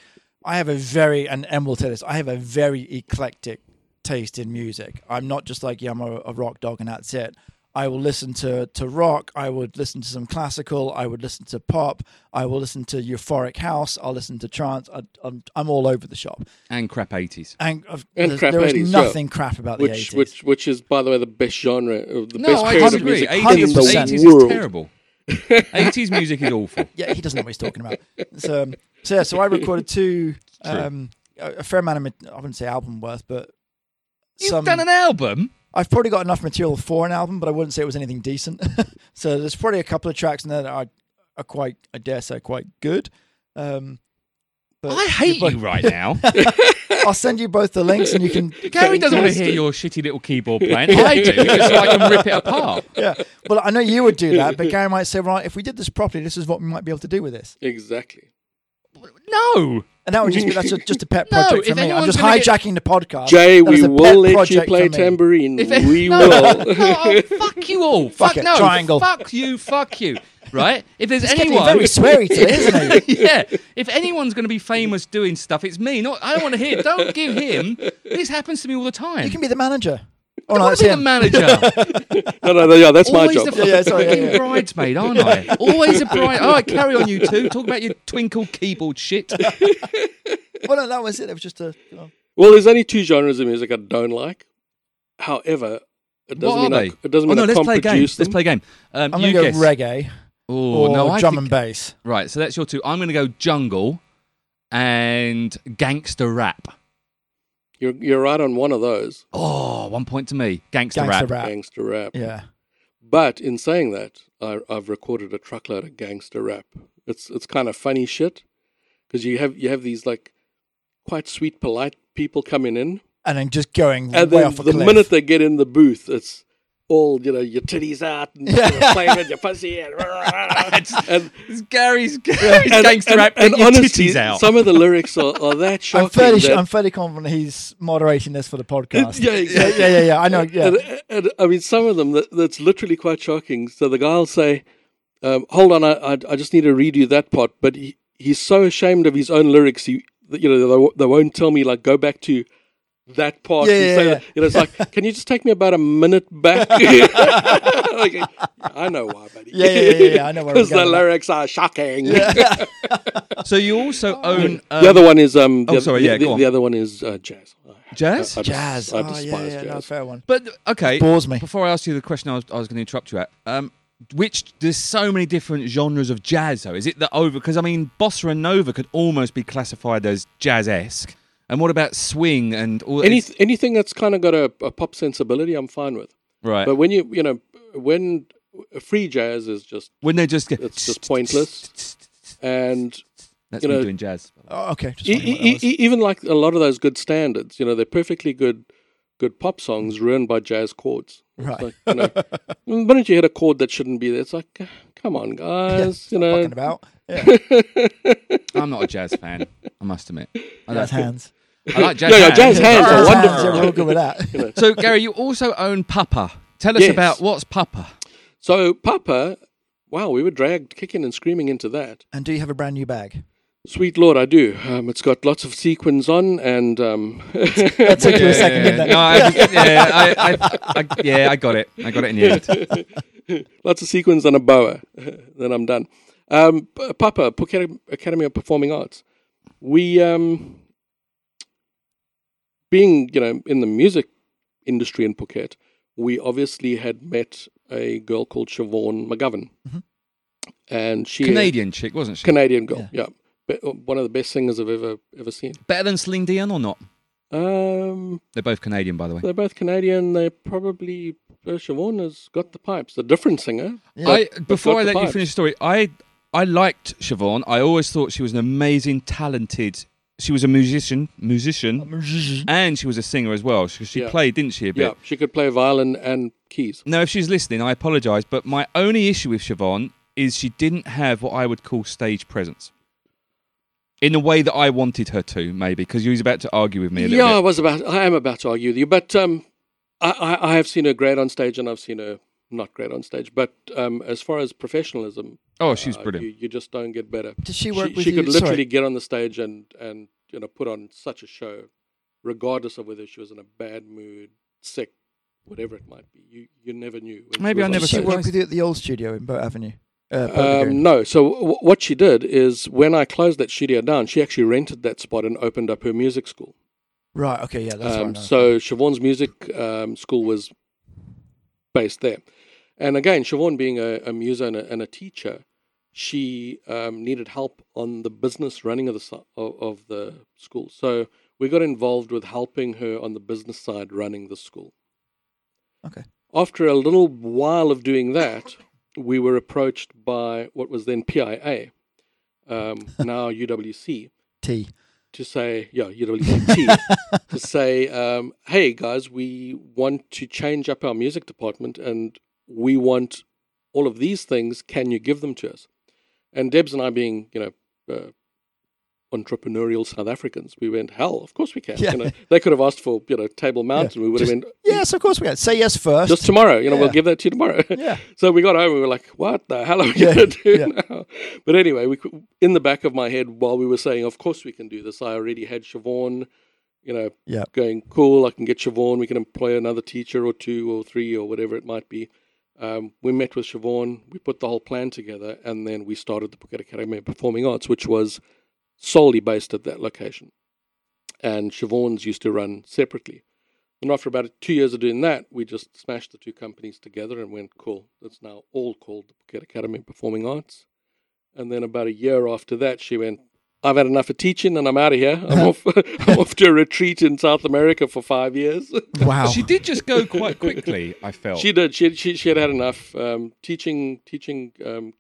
[SPEAKER 2] I have a very and Em will tell this. I have a very eclectic taste in music. I'm not just like yeah, I'm a, a rock dog and that's it. I will listen to to rock. I would listen to some classical. I would listen to pop. I will listen to euphoric house. I'll listen to trance. I, I'm I'm all over the shop.
[SPEAKER 1] and crap eighties.
[SPEAKER 2] And, I've-
[SPEAKER 3] And
[SPEAKER 2] there's-
[SPEAKER 3] crap
[SPEAKER 2] there is
[SPEAKER 3] 80s, yeah.
[SPEAKER 2] nothing crap about the
[SPEAKER 3] which
[SPEAKER 2] 80s.
[SPEAKER 3] which which is by the way the best genre of the
[SPEAKER 1] No,
[SPEAKER 3] best
[SPEAKER 1] I
[SPEAKER 3] period of
[SPEAKER 1] disagree.
[SPEAKER 3] music in
[SPEAKER 1] Eighties is
[SPEAKER 3] the world.
[SPEAKER 1] terrible. Eighties music is awful.
[SPEAKER 2] yeah, he doesn't know what he's talking about. So, um, so yeah, so I recorded two, um, a a fair amount of, ma- I wouldn't say album worth, but
[SPEAKER 1] You've
[SPEAKER 2] some.
[SPEAKER 1] done an album.
[SPEAKER 2] I've probably got enough material for an album, but I wouldn't say it was anything decent. so there's probably a couple of tracks in there that are, are quite, I dare say, quite good. Um, but
[SPEAKER 1] I hate
[SPEAKER 2] both-
[SPEAKER 1] you right now.
[SPEAKER 2] I'll send you both the links, and you can.
[SPEAKER 1] Gary doesn't want to hear your shitty little keyboard playing. I do, just so I can rip it apart.
[SPEAKER 2] Yeah, well, I know you would do that, but Gary might say, right, if we did this properly, this is what we might be able to do with this.
[SPEAKER 3] Exactly.
[SPEAKER 1] No,
[SPEAKER 2] And that would just be that's a, just a pet
[SPEAKER 1] No,
[SPEAKER 2] project
[SPEAKER 1] if
[SPEAKER 2] for me. I'm
[SPEAKER 1] anyone's
[SPEAKER 2] just
[SPEAKER 1] gonna get-
[SPEAKER 2] hijacking the podcast.
[SPEAKER 3] Jay,
[SPEAKER 2] That is
[SPEAKER 3] we
[SPEAKER 2] a
[SPEAKER 3] will
[SPEAKER 2] pet
[SPEAKER 3] let you
[SPEAKER 2] project
[SPEAKER 3] play
[SPEAKER 2] for me.
[SPEAKER 3] tambourine.
[SPEAKER 1] If it-
[SPEAKER 3] we
[SPEAKER 1] no,
[SPEAKER 3] will.
[SPEAKER 1] no, oh, fuck you all. Fuck,
[SPEAKER 2] Fuck it,
[SPEAKER 1] no.
[SPEAKER 2] triangle.
[SPEAKER 1] Fuck you. Fuck you. Right? If there's
[SPEAKER 2] It's getting
[SPEAKER 1] anyone,
[SPEAKER 2] very sweary to it, isn't it?
[SPEAKER 1] yeah. If anyone's going to be famous doing stuff, it's me. Not. I don't want to hear. Don't give him. This happens to me all the time.
[SPEAKER 2] You can be the manager. Oh
[SPEAKER 1] I
[SPEAKER 2] no,
[SPEAKER 1] want
[SPEAKER 2] that's
[SPEAKER 1] to be the
[SPEAKER 2] him.
[SPEAKER 1] manager.
[SPEAKER 3] no, no, no, yeah, that's my
[SPEAKER 1] Always
[SPEAKER 3] job.
[SPEAKER 1] the
[SPEAKER 2] Yeah, yeah, sorry, yeah,
[SPEAKER 1] fucking
[SPEAKER 2] yeah.
[SPEAKER 1] bridesmaid, aren't I? Always a bride. All right, carry on, you two. Talk about your twinkle keyboard shit.
[SPEAKER 2] Well, no, that was it. It was just a. oh.
[SPEAKER 3] Well, there's only two genres of music I don't like. However, it doesn't
[SPEAKER 1] What are
[SPEAKER 3] mean I,
[SPEAKER 1] they?
[SPEAKER 3] it doesn't
[SPEAKER 1] oh
[SPEAKER 3] mean
[SPEAKER 1] no,
[SPEAKER 3] I
[SPEAKER 1] let's
[SPEAKER 3] can't
[SPEAKER 1] play a game.
[SPEAKER 3] produce
[SPEAKER 1] Let's
[SPEAKER 3] them.
[SPEAKER 1] play a game. Um,
[SPEAKER 2] I'm
[SPEAKER 1] you
[SPEAKER 2] gonna go
[SPEAKER 1] guess.
[SPEAKER 2] reggae
[SPEAKER 1] Oh
[SPEAKER 2] or
[SPEAKER 1] no, I
[SPEAKER 2] drum
[SPEAKER 1] think-
[SPEAKER 2] and bass.
[SPEAKER 1] Right, so that's your two. I'm going to go jungle and gangster rap.
[SPEAKER 3] You're, you're right on one of those,
[SPEAKER 1] Oh, one point to me. Gangster,
[SPEAKER 2] Gangster
[SPEAKER 1] rap.
[SPEAKER 2] rap.
[SPEAKER 3] gangster rap.
[SPEAKER 2] Yeah.
[SPEAKER 3] But in saying that, I, I've recorded a truckload of gangster rap. It's it's kind of funny shit because you have you have these like quite sweet, polite people coming in,
[SPEAKER 2] And then just going
[SPEAKER 3] and
[SPEAKER 2] way
[SPEAKER 3] then
[SPEAKER 2] off a
[SPEAKER 3] the
[SPEAKER 2] cliff.
[SPEAKER 3] minute they get in the booth, it's all you know, your titties out and you know, playing with your pussy and, and
[SPEAKER 1] It's Gary's, Gary's
[SPEAKER 3] and,
[SPEAKER 1] gangster
[SPEAKER 3] and-
[SPEAKER 1] rap.
[SPEAKER 3] and
[SPEAKER 1] And, your
[SPEAKER 3] honestly,
[SPEAKER 1] titties out.
[SPEAKER 3] some of the lyrics are, are that shocking.
[SPEAKER 2] I'm fairly, su-
[SPEAKER 3] that-
[SPEAKER 2] I'm fairly confident he's moderating this for the podcast.
[SPEAKER 3] Yeah, exactly.
[SPEAKER 2] yeah, yeah, yeah. I know. Yeah,
[SPEAKER 3] and, and, I mean, some of them that, that's literally quite shocking. So the guy will say, um, "Hold on, I, I I just need to redo that part." But he, he's so ashamed of his own lyrics, he that, you know they, won't- they won't tell me like go back to that part.
[SPEAKER 2] Yeah,
[SPEAKER 3] and
[SPEAKER 2] yeah,
[SPEAKER 3] say
[SPEAKER 2] yeah.
[SPEAKER 3] that. You know, it's like, can you just take me about a minute back? Like, I know why, buddy.
[SPEAKER 2] Yeah, yeah, yeah, yeah, I know where we're
[SPEAKER 3] Because the
[SPEAKER 2] going with that.
[SPEAKER 3] lyrics are shocking.
[SPEAKER 1] so you also
[SPEAKER 3] Oh.
[SPEAKER 1] own um,
[SPEAKER 3] the other one is um. The,
[SPEAKER 1] oh,
[SPEAKER 3] oth-
[SPEAKER 1] sorry,
[SPEAKER 3] the-
[SPEAKER 1] yeah,
[SPEAKER 3] the,
[SPEAKER 1] go on.
[SPEAKER 3] the other one is uh, jazz. I-
[SPEAKER 1] jazz.
[SPEAKER 3] I, I,
[SPEAKER 2] jazz.
[SPEAKER 3] I
[SPEAKER 2] oh,
[SPEAKER 3] despise
[SPEAKER 2] yeah, yeah, no,
[SPEAKER 3] jazz.
[SPEAKER 2] fair one.
[SPEAKER 1] But okay,
[SPEAKER 2] Bores me.
[SPEAKER 1] Before I ask you the question, I was, I was going to interrupt you at. Um, which there's so many different genres of jazz, though. Is it the over? Because I mean, bossa and nova could almost be classified as jazz esque. And what about swing and all?
[SPEAKER 3] Any,
[SPEAKER 1] is-
[SPEAKER 3] anything that's kind of got a, a pop sensibility, I'm fine with.
[SPEAKER 1] right?
[SPEAKER 3] But when you, you know, when free jazz is just,
[SPEAKER 1] when they just get
[SPEAKER 3] it's just pointless. and
[SPEAKER 1] That's
[SPEAKER 3] You
[SPEAKER 1] me
[SPEAKER 3] know-
[SPEAKER 1] doing jazz.
[SPEAKER 2] Oh, okay. Just
[SPEAKER 3] e-
[SPEAKER 2] wondering what
[SPEAKER 3] e-
[SPEAKER 2] that was.
[SPEAKER 3] e- even like a lot of those good standards, you know, they're perfectly good, good pop songs ruined by jazz chords. It's
[SPEAKER 2] Right.
[SPEAKER 3] Like, you know, "Mm, why don't you hit a chord that shouldn't be there? It's like, come on, guys, you know.
[SPEAKER 2] Fucking about. Yeah,
[SPEAKER 1] I'm not a jazz fan. I must admit. I,
[SPEAKER 2] jazz
[SPEAKER 1] like,
[SPEAKER 2] hands.
[SPEAKER 1] I like jazz.
[SPEAKER 3] Yeah, yeah,
[SPEAKER 1] hands.
[SPEAKER 3] jazz hands are
[SPEAKER 2] Jazz
[SPEAKER 3] wonderful.
[SPEAKER 2] hands, Yeah, we're all good with that.
[SPEAKER 1] So Gary, you also own Papa. Tell us
[SPEAKER 3] Yes.
[SPEAKER 1] about what's Papa.
[SPEAKER 3] So Papa, wow, we were dragged kicking and screaming into that.
[SPEAKER 2] and do you have a brand new bag?
[SPEAKER 3] Sweet Lord, I do. Um, it's got lots of sequins on, and um,
[SPEAKER 2] That took you a second,
[SPEAKER 1] Yeah,
[SPEAKER 2] didn't
[SPEAKER 1] no,
[SPEAKER 2] it?
[SPEAKER 1] I, yeah, I, I, I, yeah, I got it. I got it in the end.
[SPEAKER 3] lots of sequins and a boa. then I'm done. Um, P- Papa, Phuket Academy of Performing Arts. We, um, being you know in the music industry in Phuket, we obviously had met a girl called Siobhan McGovern, and she
[SPEAKER 1] Mm-hmm. Canadian chick, wasn't she?
[SPEAKER 3] Canadian girl, yeah. Be- uh, one of the best singers I've ever ever seen.
[SPEAKER 1] Better than Celine Dion or not?
[SPEAKER 3] Um,
[SPEAKER 1] They're both Canadian, by the way.
[SPEAKER 3] they're both Canadian. They probably uh, Siobhan has got the pipes. A different singer.
[SPEAKER 1] I,
[SPEAKER 3] but- but
[SPEAKER 1] before
[SPEAKER 3] got
[SPEAKER 1] I
[SPEAKER 3] the
[SPEAKER 1] let you
[SPEAKER 3] pipes.
[SPEAKER 1] finish the story, I I liked Siobhan. I always thought she was an amazing, talented. She was a musician, musician, and she was a singer as well. She, she
[SPEAKER 3] Yeah.
[SPEAKER 1] played, didn't she? A bit.
[SPEAKER 3] Yeah, she could play violin and keys.
[SPEAKER 1] Now, if she's listening, I apologise, but my only issue with Siobhan is she didn't have what I would call stage presence. In the way that I wanted her to, maybe, because you was about to argue with me a little
[SPEAKER 3] Yeah, I
[SPEAKER 1] bit.
[SPEAKER 3] was about. I am about to argue with you, but um, I, I, I have seen her great on stage, and I've seen her not great on stage. But um, as far as professionalism,
[SPEAKER 1] Oh, she was
[SPEAKER 3] uh,
[SPEAKER 1] brilliant.
[SPEAKER 3] You, you just don't get better.
[SPEAKER 2] Does she work
[SPEAKER 3] she,
[SPEAKER 2] with
[SPEAKER 3] she
[SPEAKER 2] you?
[SPEAKER 3] could literally
[SPEAKER 2] Sorry.
[SPEAKER 3] get on the stage and and you know put on such a show, regardless of whether she was in a bad mood, sick, whatever it might be. You you never knew. when she
[SPEAKER 1] Maybe
[SPEAKER 3] was
[SPEAKER 1] I
[SPEAKER 3] on
[SPEAKER 1] never
[SPEAKER 2] Did she
[SPEAKER 1] said
[SPEAKER 3] stage.
[SPEAKER 1] that.
[SPEAKER 2] work with you at the old studio in Boat Avenue? Uh, Boat
[SPEAKER 3] Um,
[SPEAKER 2] Lagoon?
[SPEAKER 3] no. So w- what she did is when I closed that studio down, she actually rented that spot and opened up her music school.
[SPEAKER 2] right. Okay. Yeah. That's
[SPEAKER 3] Um,
[SPEAKER 2] right.
[SPEAKER 3] so Siobhan's music um, school was based there. And again, Siobhan being a, a muser and a, and a teacher, she um, needed help on the business running of the si- of, of the school. So we got involved with helping her on the business side running the school.
[SPEAKER 2] Okay.
[SPEAKER 3] After a little while of doing that, we were approached by what was then PIA, um, now UWC,
[SPEAKER 2] T.
[SPEAKER 3] to say, yeah, UWT, to say, um, hey guys, we want to change up our music department and we want all of these things. Can you give them to us? And Debs and I, being, you know, uh, entrepreneurial South Africans. We went, hell, of course we can.
[SPEAKER 2] Yeah.
[SPEAKER 3] You know, they could have asked for you know Table Mountain. We would
[SPEAKER 2] Just-
[SPEAKER 3] have been
[SPEAKER 2] Yes, of course we can. Say yes first.
[SPEAKER 3] just tomorrow. You know, we'll
[SPEAKER 2] Yeah.
[SPEAKER 3] give that to you tomorrow.
[SPEAKER 2] Yeah.
[SPEAKER 3] so we got home. We were like, what the hell are we
[SPEAKER 2] Yeah,
[SPEAKER 3] going to do
[SPEAKER 2] yeah.
[SPEAKER 3] now? But anyway, we cou- in the back of my head while we were saying, of course we can do this. I already had Siobhan. You know,
[SPEAKER 2] Yeah.
[SPEAKER 3] going cool. I can get Siobhan. We can employ another teacher or two or three or whatever it might be. Um, we met with Siobhan. We put the whole plan together, and then we started the Phuket Academy of Performing Arts, which was solely based at that location. And Siobhan's used to run separately. And after about two years of doing that, we just smashed the two companies together and went, cool, that's now all called the Phuket Academy of Performing Arts. And then about a year after that, she went, I've had enough of teaching and I'm out of here. I'm off, I'm off to a retreat in South America for five years.
[SPEAKER 2] wow.
[SPEAKER 1] She did just go quite quickly, I felt.
[SPEAKER 3] She did. She she she had had enough. Um, teaching teaching um,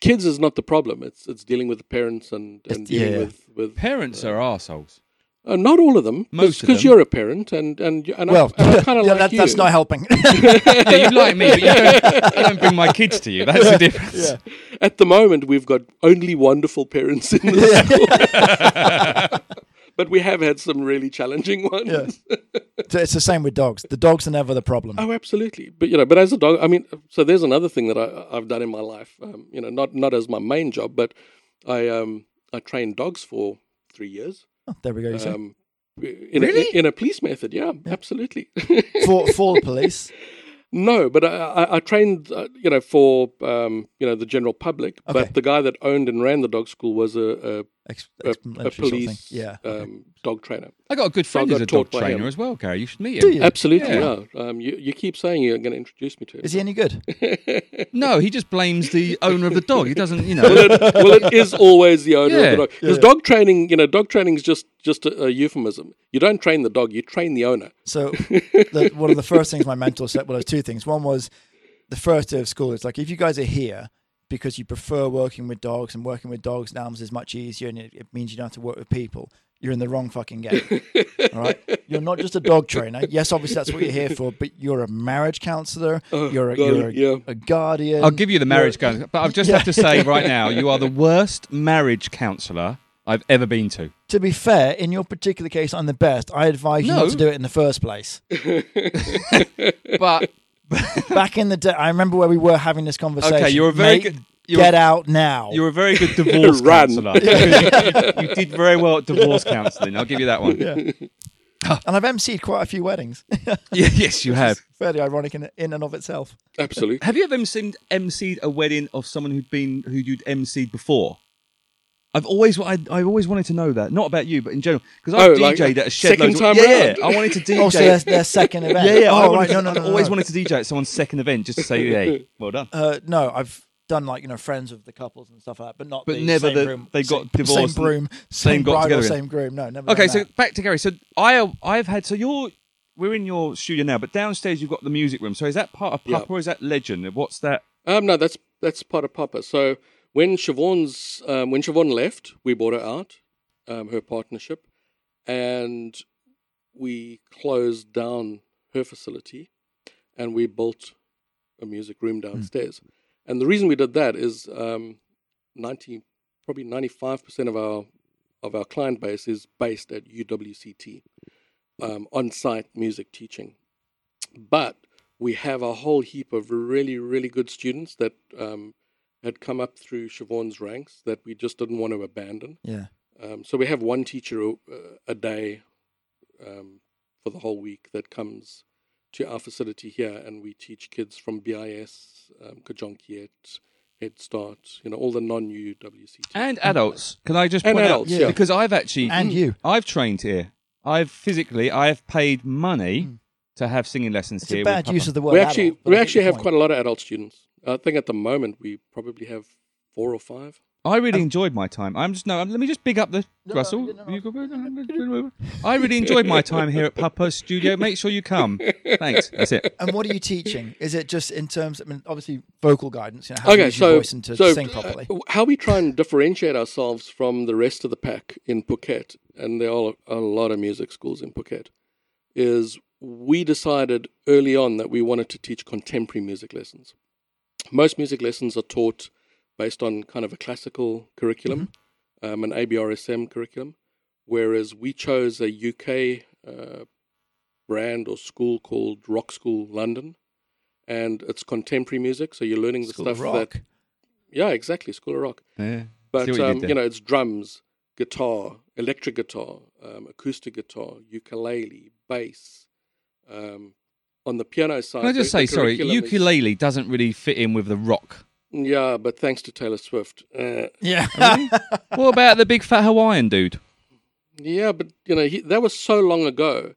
[SPEAKER 3] kids is not the problem. It's it's dealing with the parents and, and
[SPEAKER 2] It's-
[SPEAKER 3] dealing
[SPEAKER 2] yeah.
[SPEAKER 3] with with
[SPEAKER 1] Parents are arseholes.
[SPEAKER 3] uh, not all of them.
[SPEAKER 1] Most of
[SPEAKER 3] because
[SPEAKER 1] them.
[SPEAKER 3] you're a parent and and you- and
[SPEAKER 2] well,
[SPEAKER 3] I, and I kind of
[SPEAKER 2] yeah,
[SPEAKER 3] like
[SPEAKER 2] that,
[SPEAKER 3] you.
[SPEAKER 2] that's not helping.
[SPEAKER 1] yeah, you like me, but you don't, I don't bring my kids to you. That's the difference.
[SPEAKER 3] At the moment, we've got only wonderful parents in the school. But we have had some really challenging ones.
[SPEAKER 2] Yeah. So it's the same with dogs. The dogs are never the problem.
[SPEAKER 3] Oh, absolutely. But you know, but as a dog, I mean, so there's another thing that I, I've done in my life. Um, you know, not not as my main job, but I um I trained dogs for three years.
[SPEAKER 2] Oh, there we go. You see.
[SPEAKER 3] Um, in,
[SPEAKER 1] Really?
[SPEAKER 3] a, in a police method, yeah, absolutely.
[SPEAKER 2] for for the police.
[SPEAKER 3] no, but I, I, I trained, uh, you know, for um, you know the general public.
[SPEAKER 2] Okay.
[SPEAKER 3] But the guy that owned and ran the dog school was a,
[SPEAKER 2] Ex-
[SPEAKER 3] a, a, a
[SPEAKER 2] explanatory sort of thing.
[SPEAKER 3] uh, police
[SPEAKER 2] Yeah.
[SPEAKER 3] um, dog trainer.
[SPEAKER 1] I got a good friend
[SPEAKER 3] So I
[SPEAKER 1] who's a
[SPEAKER 3] got taught
[SPEAKER 1] dog
[SPEAKER 3] by him.
[SPEAKER 1] trainer as well, Gary. You should meet
[SPEAKER 2] Do
[SPEAKER 1] him.
[SPEAKER 2] you?
[SPEAKER 3] Absolutely,
[SPEAKER 1] Yeah.
[SPEAKER 3] yeah. Um, you, you keep saying you're going to introduce me to him.
[SPEAKER 2] Is he any good?
[SPEAKER 1] No, he just blames the owner of the dog. He doesn't, you know.
[SPEAKER 3] well, it, well, it is always the owner of
[SPEAKER 1] Yeah.
[SPEAKER 3] the dog. Because dog training, you know, dog training is just just a, a euphemism. You don't train the dog; you train the owner.
[SPEAKER 2] So the, one of the first things my mentor said, well, there's two things. One was the first day of school. It's like if you guys are here because you prefer working with dogs and working with dogs and animals is much easier, and it, it means you don't have to work with people. You're in the wrong fucking game. All right, you're not just a dog trainer. Yes, obviously that's what you're here for, but you're a marriage counselor. you're a,
[SPEAKER 3] Oh, God,
[SPEAKER 2] you're a,
[SPEAKER 3] yeah.
[SPEAKER 2] a guardian.
[SPEAKER 1] I'll give you the marriage counselor, but I just have to say right now, you are the worst marriage counsellor I've ever been to.
[SPEAKER 2] To be fair, in your particular case, I'm the best. I advise you
[SPEAKER 1] No.
[SPEAKER 2] not to do it in the first place.
[SPEAKER 1] But
[SPEAKER 2] Back in the day, I remember where we were having this conversation.
[SPEAKER 1] okay, you're a very
[SPEAKER 2] Mate,
[SPEAKER 1] good. You're,
[SPEAKER 2] Get out now.
[SPEAKER 1] you're a very good divorce
[SPEAKER 3] Run.
[SPEAKER 1] counsellor. you, you did very well at divorce counselling. I'll give you that one.
[SPEAKER 2] and I've emceed quite a few weddings.
[SPEAKER 1] Yeah, yes, you have.
[SPEAKER 2] Fairly ironic in, in and of itself.
[SPEAKER 3] Absolutely.
[SPEAKER 1] Have you ever emceed, emceed a wedding of someone who'd been who you'd emceed before? I've always I, I always wanted to know that, not about you, but in general, because I
[SPEAKER 3] Oh,
[SPEAKER 1] DJed
[SPEAKER 3] like,
[SPEAKER 1] at a shed.
[SPEAKER 3] second
[SPEAKER 1] loads of-
[SPEAKER 3] time
[SPEAKER 1] yeah,
[SPEAKER 3] round?
[SPEAKER 1] yeah, I wanted to DJ.
[SPEAKER 2] Also, their, their second event.
[SPEAKER 1] yeah, yeah. I
[SPEAKER 2] Oh,
[SPEAKER 1] wanted
[SPEAKER 2] right.
[SPEAKER 1] to-
[SPEAKER 2] No, no,
[SPEAKER 1] I'd
[SPEAKER 2] no. no,
[SPEAKER 1] always
[SPEAKER 2] no.
[SPEAKER 1] wanted to DJ at someone's second event just to say, hey, well done.
[SPEAKER 2] Uh, no, I've done like you know friends of the couples and stuff like that, but not.
[SPEAKER 1] But
[SPEAKER 2] the
[SPEAKER 1] never
[SPEAKER 2] same
[SPEAKER 1] the-
[SPEAKER 2] groom-
[SPEAKER 1] they got
[SPEAKER 2] same,
[SPEAKER 1] divorced
[SPEAKER 2] Same
[SPEAKER 1] and
[SPEAKER 2] broom, same
[SPEAKER 1] got
[SPEAKER 2] bride or
[SPEAKER 1] together again.
[SPEAKER 2] same groom. No, never.
[SPEAKER 1] Okay,
[SPEAKER 2] done
[SPEAKER 1] so
[SPEAKER 2] that.
[SPEAKER 1] back to Gary. So I I've had so you're we're in your studio now, but downstairs you've got the music room. So is that part of
[SPEAKER 3] Yeah.
[SPEAKER 1] Papa or is that Legend? What's that?
[SPEAKER 3] Um, no, that's that's part of Papa. So when Siobhan's um, when Siobhan left, we bought her out, um, her partnership, and we closed down her facility, and we built a music room downstairs. And the reason we did that is um, ninety, probably ninety five percent of our of our client base is based at UWCT, um, on site music teaching, but we have a whole heap of really, really good students that um, had come up through Siobhan's ranks that we just didn't want to abandon.
[SPEAKER 2] Yeah.
[SPEAKER 3] Um, so we have one teacher a, a day um, for the whole week that comes to our facility here, and we teach kids from BIS, um, Kajonkiet, Head Start, you know, all the non-UWCT.
[SPEAKER 1] And adults. Can I just
[SPEAKER 3] And
[SPEAKER 1] point
[SPEAKER 3] adults,
[SPEAKER 1] out
[SPEAKER 3] yeah.
[SPEAKER 1] because I've actually Hmm.
[SPEAKER 2] And you.
[SPEAKER 1] I've trained here. I've physically I have paid money to have singing lessons
[SPEAKER 2] Hmm. It's
[SPEAKER 1] here.
[SPEAKER 2] a
[SPEAKER 1] with
[SPEAKER 2] bad
[SPEAKER 1] Papa.
[SPEAKER 2] use of the word.
[SPEAKER 3] we actually
[SPEAKER 2] adult, but
[SPEAKER 3] we
[SPEAKER 2] I get
[SPEAKER 3] actually
[SPEAKER 2] your
[SPEAKER 3] have
[SPEAKER 2] point.
[SPEAKER 3] quite a lot of adult students. I think at the moment we probably have four or five.
[SPEAKER 1] I really enjoyed my time. I'm just no. Let me just big up the
[SPEAKER 2] Um, No,
[SPEAKER 1] Russell.
[SPEAKER 2] no, no,
[SPEAKER 1] You go- I really enjoyed my time here at Papa's studio. Make sure you come. Thanks. That's it.
[SPEAKER 2] And what are you teaching? Is it just in terms? I mean, obviously vocal guidance. You know, how to
[SPEAKER 3] okay,
[SPEAKER 2] use
[SPEAKER 3] so,
[SPEAKER 2] your voice and to
[SPEAKER 3] so,
[SPEAKER 2] sing
[SPEAKER 3] uh,
[SPEAKER 2] properly.
[SPEAKER 3] how we try and differentiate ourselves from the rest of the pack in Phuket, and there are a lot of music schools in Phuket, is we decided early on that we wanted to teach contemporary music lessons. Most music lessons are taught based on kind of a classical curriculum,
[SPEAKER 2] Mm-hmm.
[SPEAKER 3] um, an ABRSM curriculum, whereas we chose a UK uh, brand or school called Rock School London, and it's contemporary music. So you're learning the
[SPEAKER 2] School
[SPEAKER 3] stuff
[SPEAKER 2] of Rock.
[SPEAKER 3] that yeah, exactly, School of Rock.
[SPEAKER 1] Yeah.
[SPEAKER 3] But
[SPEAKER 1] See what you did
[SPEAKER 3] um,
[SPEAKER 1] there.
[SPEAKER 3] you know, it's drums, guitar, electric guitar, um, acoustic guitar, ukulele, bass. Um, on the piano side,
[SPEAKER 1] Can I just
[SPEAKER 3] the-
[SPEAKER 1] say,
[SPEAKER 3] the
[SPEAKER 1] sorry,
[SPEAKER 3] curriculum is-
[SPEAKER 1] ukulele doesn't really fit in with the rock.
[SPEAKER 3] Yeah, but thanks to Taylor Swift. Uh,
[SPEAKER 2] Yeah.
[SPEAKER 1] what about the big fat Hawaiian dude?
[SPEAKER 3] yeah, but you know he, that was so long ago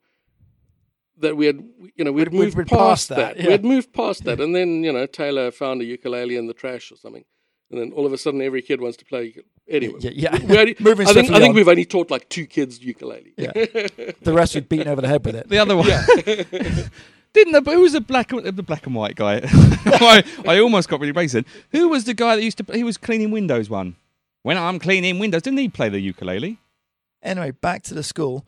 [SPEAKER 3] that we had you know we'd
[SPEAKER 2] We'd- we'd
[SPEAKER 3] moved
[SPEAKER 2] been
[SPEAKER 3] past
[SPEAKER 2] past
[SPEAKER 3] that.
[SPEAKER 2] that,
[SPEAKER 3] We
[SPEAKER 2] yeah.
[SPEAKER 3] had moved past that, and then you know Taylor found a ukulele in the trash or something, and then all of a sudden every kid wants to play. ukulele. Anyway,
[SPEAKER 2] Yeah, yeah.
[SPEAKER 3] we only-
[SPEAKER 2] Moving
[SPEAKER 3] I think
[SPEAKER 2] swiftly
[SPEAKER 3] I think
[SPEAKER 2] on.
[SPEAKER 3] we've only taught like two kids ukulele.
[SPEAKER 2] the rest would beaten over the head with it.
[SPEAKER 1] The other one. Didn't the, who was the black the black and white guy? I, I almost got really racist. Who was the guy that used to? He was cleaning windows one. When I'm cleaning windows, didn't he play the ukulele?
[SPEAKER 2] Anyway, back to the school.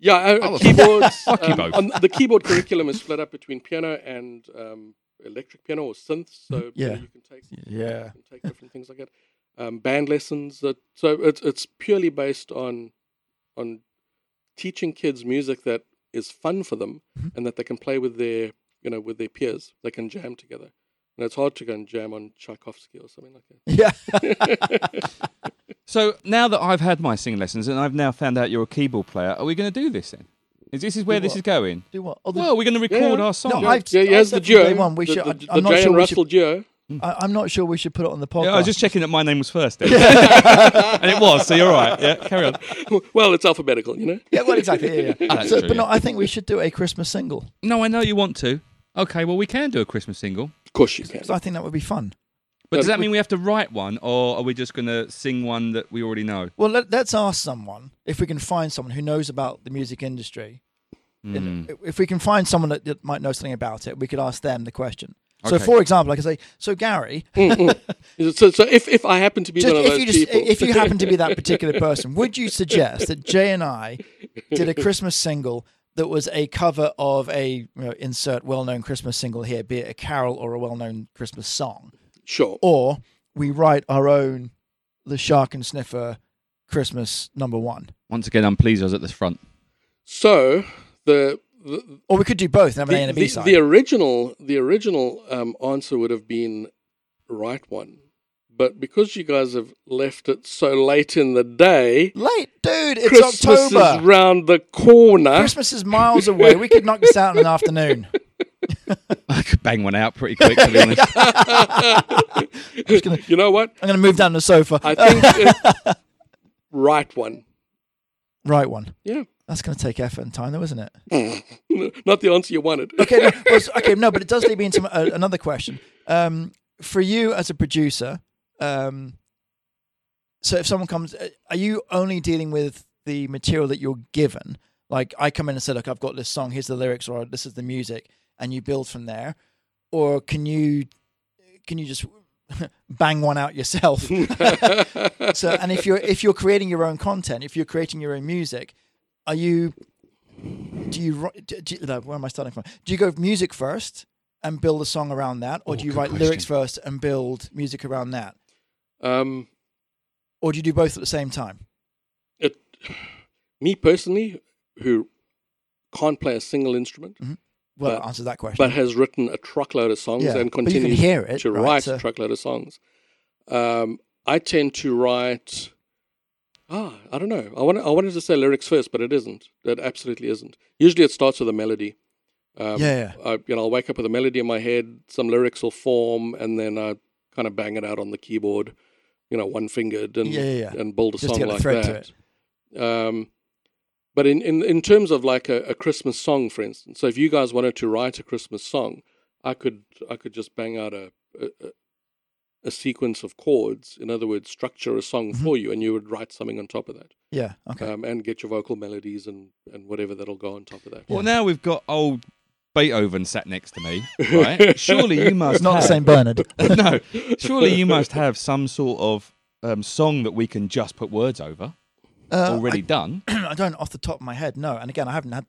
[SPEAKER 3] Yeah, uh, uh, keyboards.
[SPEAKER 1] Fuck you
[SPEAKER 3] um,
[SPEAKER 1] both.
[SPEAKER 3] on- the keyboard curriculum is split up between piano and um, electric piano or synths. So you, know,
[SPEAKER 2] Yeah.
[SPEAKER 3] you can take
[SPEAKER 2] Yeah.
[SPEAKER 3] you can take different things like that. Um, band lessons. That, so it's it's purely based on on teaching kids music that is fun for them
[SPEAKER 2] Mm-hmm.
[SPEAKER 3] and that they can play with their you know with their peers. They can jam together. And it's hard to go and jam on Tchaikovsky or something like that.
[SPEAKER 2] Yeah.
[SPEAKER 1] So now that I've had my singing lessons and I've now found out you're a keyboard player, are we going to do this then? Is this is where
[SPEAKER 2] Do
[SPEAKER 1] this
[SPEAKER 2] what?
[SPEAKER 1] is going?
[SPEAKER 2] Do what? Oh, the-
[SPEAKER 1] Well, we're going to record
[SPEAKER 3] Yeah.
[SPEAKER 1] our song.
[SPEAKER 2] No, I've-
[SPEAKER 3] yeah,
[SPEAKER 2] I
[SPEAKER 3] here's the
[SPEAKER 2] said from day
[SPEAKER 3] duo.
[SPEAKER 2] one, we
[SPEAKER 3] the,
[SPEAKER 2] should-
[SPEAKER 3] the,
[SPEAKER 2] I- I'm
[SPEAKER 3] the
[SPEAKER 2] not
[SPEAKER 3] Jay
[SPEAKER 2] sure
[SPEAKER 3] and
[SPEAKER 2] we should-
[SPEAKER 3] Russell duo.
[SPEAKER 2] I, I'm not sure we should put it on the podcast.
[SPEAKER 1] Yeah, I was just checking that my name was first, then. and it was. So you're all right. Yeah, carry on.
[SPEAKER 3] Well, it's alphabetical, you know.
[SPEAKER 2] Yeah, well, exactly. Yeah,
[SPEAKER 1] Ah,
[SPEAKER 2] yeah.
[SPEAKER 1] that's
[SPEAKER 2] so,
[SPEAKER 1] true,
[SPEAKER 2] but no,
[SPEAKER 1] yeah.
[SPEAKER 2] I think we should do a Christmas single.
[SPEAKER 1] No, I know you want to. Okay, well we can do a Christmas single,
[SPEAKER 3] Of course you can.
[SPEAKER 2] So I think that would be fun.
[SPEAKER 1] but
[SPEAKER 3] No,
[SPEAKER 1] does that
[SPEAKER 3] we-
[SPEAKER 1] mean we have to write one, or are we just going to sing one that we already know?
[SPEAKER 2] Well, let, let's ask someone if we can find someone who knows about the music industry.
[SPEAKER 1] Hmm.
[SPEAKER 2] And If we can find someone that, that might know something about it, we could ask them the question. So,
[SPEAKER 1] Okay.
[SPEAKER 2] for example, I could say, "So, Gary,
[SPEAKER 3] So, so if, if I happen to be
[SPEAKER 2] just
[SPEAKER 3] one of
[SPEAKER 2] if
[SPEAKER 3] those
[SPEAKER 2] you just
[SPEAKER 3] people,
[SPEAKER 2] if you happen to be that particular person, would you suggest that Jay and I did a Christmas single that was a cover of a you know, insert well-known Christmas single here, be it a carol or a well-known Christmas song,
[SPEAKER 3] sure,
[SPEAKER 2] or we write our own the Shark and Sniffer Christmas number one,
[SPEAKER 1] Once again, I'm pleased I was at the front.
[SPEAKER 3] so the the,
[SPEAKER 2] or we could do both and have an A
[SPEAKER 3] the,
[SPEAKER 2] and a B
[SPEAKER 3] the,
[SPEAKER 2] side.
[SPEAKER 3] the original the original um, answer would have been right one, but because you guys have left it so late in the day,
[SPEAKER 2] Late, dude, it's
[SPEAKER 3] Christmas is
[SPEAKER 2] October.
[SPEAKER 3] round the corner.
[SPEAKER 2] Christmas is miles away. We could knock this out in an afternoon.
[SPEAKER 1] I could bang one out pretty quick, to be honest.
[SPEAKER 3] you know what?
[SPEAKER 2] I'm going to move down the sofa. Uh,
[SPEAKER 3] I think it- right one.
[SPEAKER 2] right one.
[SPEAKER 3] Yeah,
[SPEAKER 2] That's going to take effort and time, though, isn't it?
[SPEAKER 3] not the answer you wanted.
[SPEAKER 2] okay, no, well, s- okay, no, but it does lead me into uh, another question. Um, for you as a producer, um, so if someone comes, uh, are you only dealing with the material that you're given? Like I come in and say, look, I've got this song, here's the lyrics, or this is the music, and you build from there, or can you can you just bang one out yourself? so, and if you're if you're creating your own content, if you're creating your own music, are you do you wri- do, do, no, where am I starting from? Do you go with music first and build a song around that, or
[SPEAKER 1] Oh,
[SPEAKER 2] do you
[SPEAKER 1] good
[SPEAKER 2] write
[SPEAKER 1] question.
[SPEAKER 2] lyrics first and build music around that,
[SPEAKER 3] Um,
[SPEAKER 2] or do you do both at the same time?
[SPEAKER 3] it me personally who can't play a single instrument
[SPEAKER 2] Well,
[SPEAKER 3] But-
[SPEAKER 2] that answers that question.
[SPEAKER 3] but has written a truckload of songs
[SPEAKER 2] Yeah,
[SPEAKER 3] and
[SPEAKER 2] but you can
[SPEAKER 3] continues
[SPEAKER 2] hear it,
[SPEAKER 3] to
[SPEAKER 2] right,
[SPEAKER 3] write
[SPEAKER 2] so-
[SPEAKER 3] a truckload of songs um, i tend to write ah i don't know i want i wanted to say lyrics first but it isn't that absolutely isn't usually it starts with a melody um,
[SPEAKER 2] Yeah,
[SPEAKER 3] I, you know i'll wake up with a melody in my head some lyrics will form and then i kind of bang it out on the keyboard you know one fingered and
[SPEAKER 2] Yeah, yeah, yeah.
[SPEAKER 3] and build a
[SPEAKER 2] Just to
[SPEAKER 3] song
[SPEAKER 2] get a
[SPEAKER 3] like
[SPEAKER 2] thread
[SPEAKER 3] that
[SPEAKER 2] to
[SPEAKER 3] um, but in, in, in terms of like a, a Christmas song, for instance, so if you guys wanted to write a Christmas song, I could I could just bang out a a, a- a sequence of chords. In other words, structure a song for you, and you would write something on top of that,
[SPEAKER 2] yeah, Mm-hmm. okay.
[SPEAKER 3] um, and get your vocal melodies and, and whatever that'll go on top of that.
[SPEAKER 1] Well, now we've got old Beethoven sat next to me, right? Surely you must
[SPEAKER 2] it's not the
[SPEAKER 1] have,
[SPEAKER 2] same Bernard.
[SPEAKER 1] no, surely you must have some sort of um, song that we can just put words over
[SPEAKER 2] Uh,
[SPEAKER 1] already done.
[SPEAKER 2] I, I don't off the top of my head, no. And again, I haven't had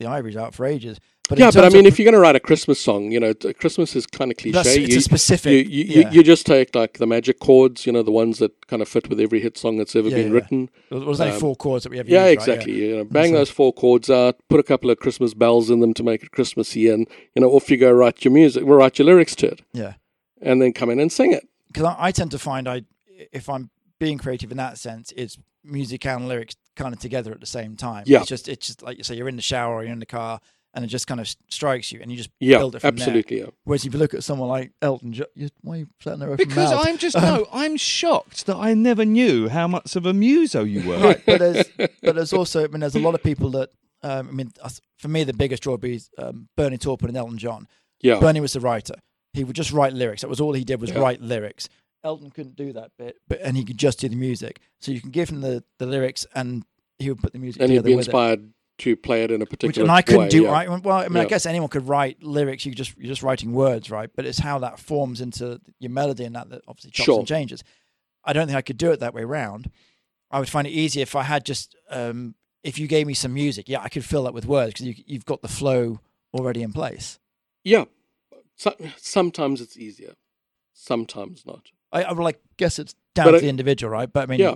[SPEAKER 2] the ivories out for ages. But in
[SPEAKER 3] yeah, but I
[SPEAKER 2] terms
[SPEAKER 3] mean,
[SPEAKER 2] of-
[SPEAKER 3] if you're going to write a Christmas song, you know, t- Christmas is kind of cliche.
[SPEAKER 2] That's- it's a
[SPEAKER 3] you,
[SPEAKER 2] specific-
[SPEAKER 3] You, you, you-
[SPEAKER 2] yeah.
[SPEAKER 3] you just take like the magic chords, you know, the ones that kind of fit with every hit song that's ever
[SPEAKER 2] Yeah,
[SPEAKER 3] been
[SPEAKER 2] yeah.
[SPEAKER 3] written.
[SPEAKER 2] Well, there's only
[SPEAKER 3] um,
[SPEAKER 2] four chords that we have.
[SPEAKER 3] Yeah,
[SPEAKER 2] used, right?
[SPEAKER 3] exactly. You know, bang those four chords out, put a couple of Christmas bells in them to make it Christmassy, and you know, off you go. Write your music, well, write your lyrics to it,
[SPEAKER 2] Yeah,
[SPEAKER 3] and then come in and sing it.
[SPEAKER 2] because I, I tend to find I, if I'm being creative in that sense, it's music and lyrics kind of together at the same time.
[SPEAKER 3] Yeah.
[SPEAKER 2] it's just it's just like you say, you're in the shower or you're in the car, and it just kind of s- strikes you, and you just
[SPEAKER 3] Yeah,
[SPEAKER 2] build it from there.
[SPEAKER 3] absolutely. Yeah.
[SPEAKER 2] Whereas if you look at someone like Elton John, you, why are you sat there open
[SPEAKER 1] Because
[SPEAKER 2] mouthed?
[SPEAKER 1] I'm just no, I'm shocked that I never knew how much of a muso you were.
[SPEAKER 2] right, but there's but there's also I mean there's a lot of people that um, I mean us- for me the biggest draw would be um, Bernie Taupin and Elton John.
[SPEAKER 3] Yeah.
[SPEAKER 2] Bernie was the writer. He would just write lyrics. That was all he did was
[SPEAKER 3] Yeah.
[SPEAKER 2] write lyrics. Elton couldn't do that bit, but and he could just do the music. So you can give him the, the lyrics, and he would put the music
[SPEAKER 3] and he'd
[SPEAKER 2] together
[SPEAKER 3] be
[SPEAKER 2] with it.
[SPEAKER 3] inspired to play it in a
[SPEAKER 2] Which,
[SPEAKER 3] particular
[SPEAKER 2] and I couldn't
[SPEAKER 3] way,
[SPEAKER 2] do.
[SPEAKER 3] yeah.
[SPEAKER 2] I, well, I mean, I
[SPEAKER 3] Yeah.
[SPEAKER 2] guess anyone could write lyrics. You just you're just writing words, right? But it's how that forms into your melody and that that obviously chops
[SPEAKER 3] Sure.
[SPEAKER 2] and changes. I don't think I could do it that way round. I would find it easier if I had just um, if you gave me some music. Yeah, I could fill that with words because you, you've got the flow already in place.
[SPEAKER 3] Yeah. So, sometimes it's easier, sometimes not.
[SPEAKER 2] I, I well, I guess it's down
[SPEAKER 3] But
[SPEAKER 2] to
[SPEAKER 3] I-
[SPEAKER 2] the individual, right? But I mean,
[SPEAKER 3] yeah.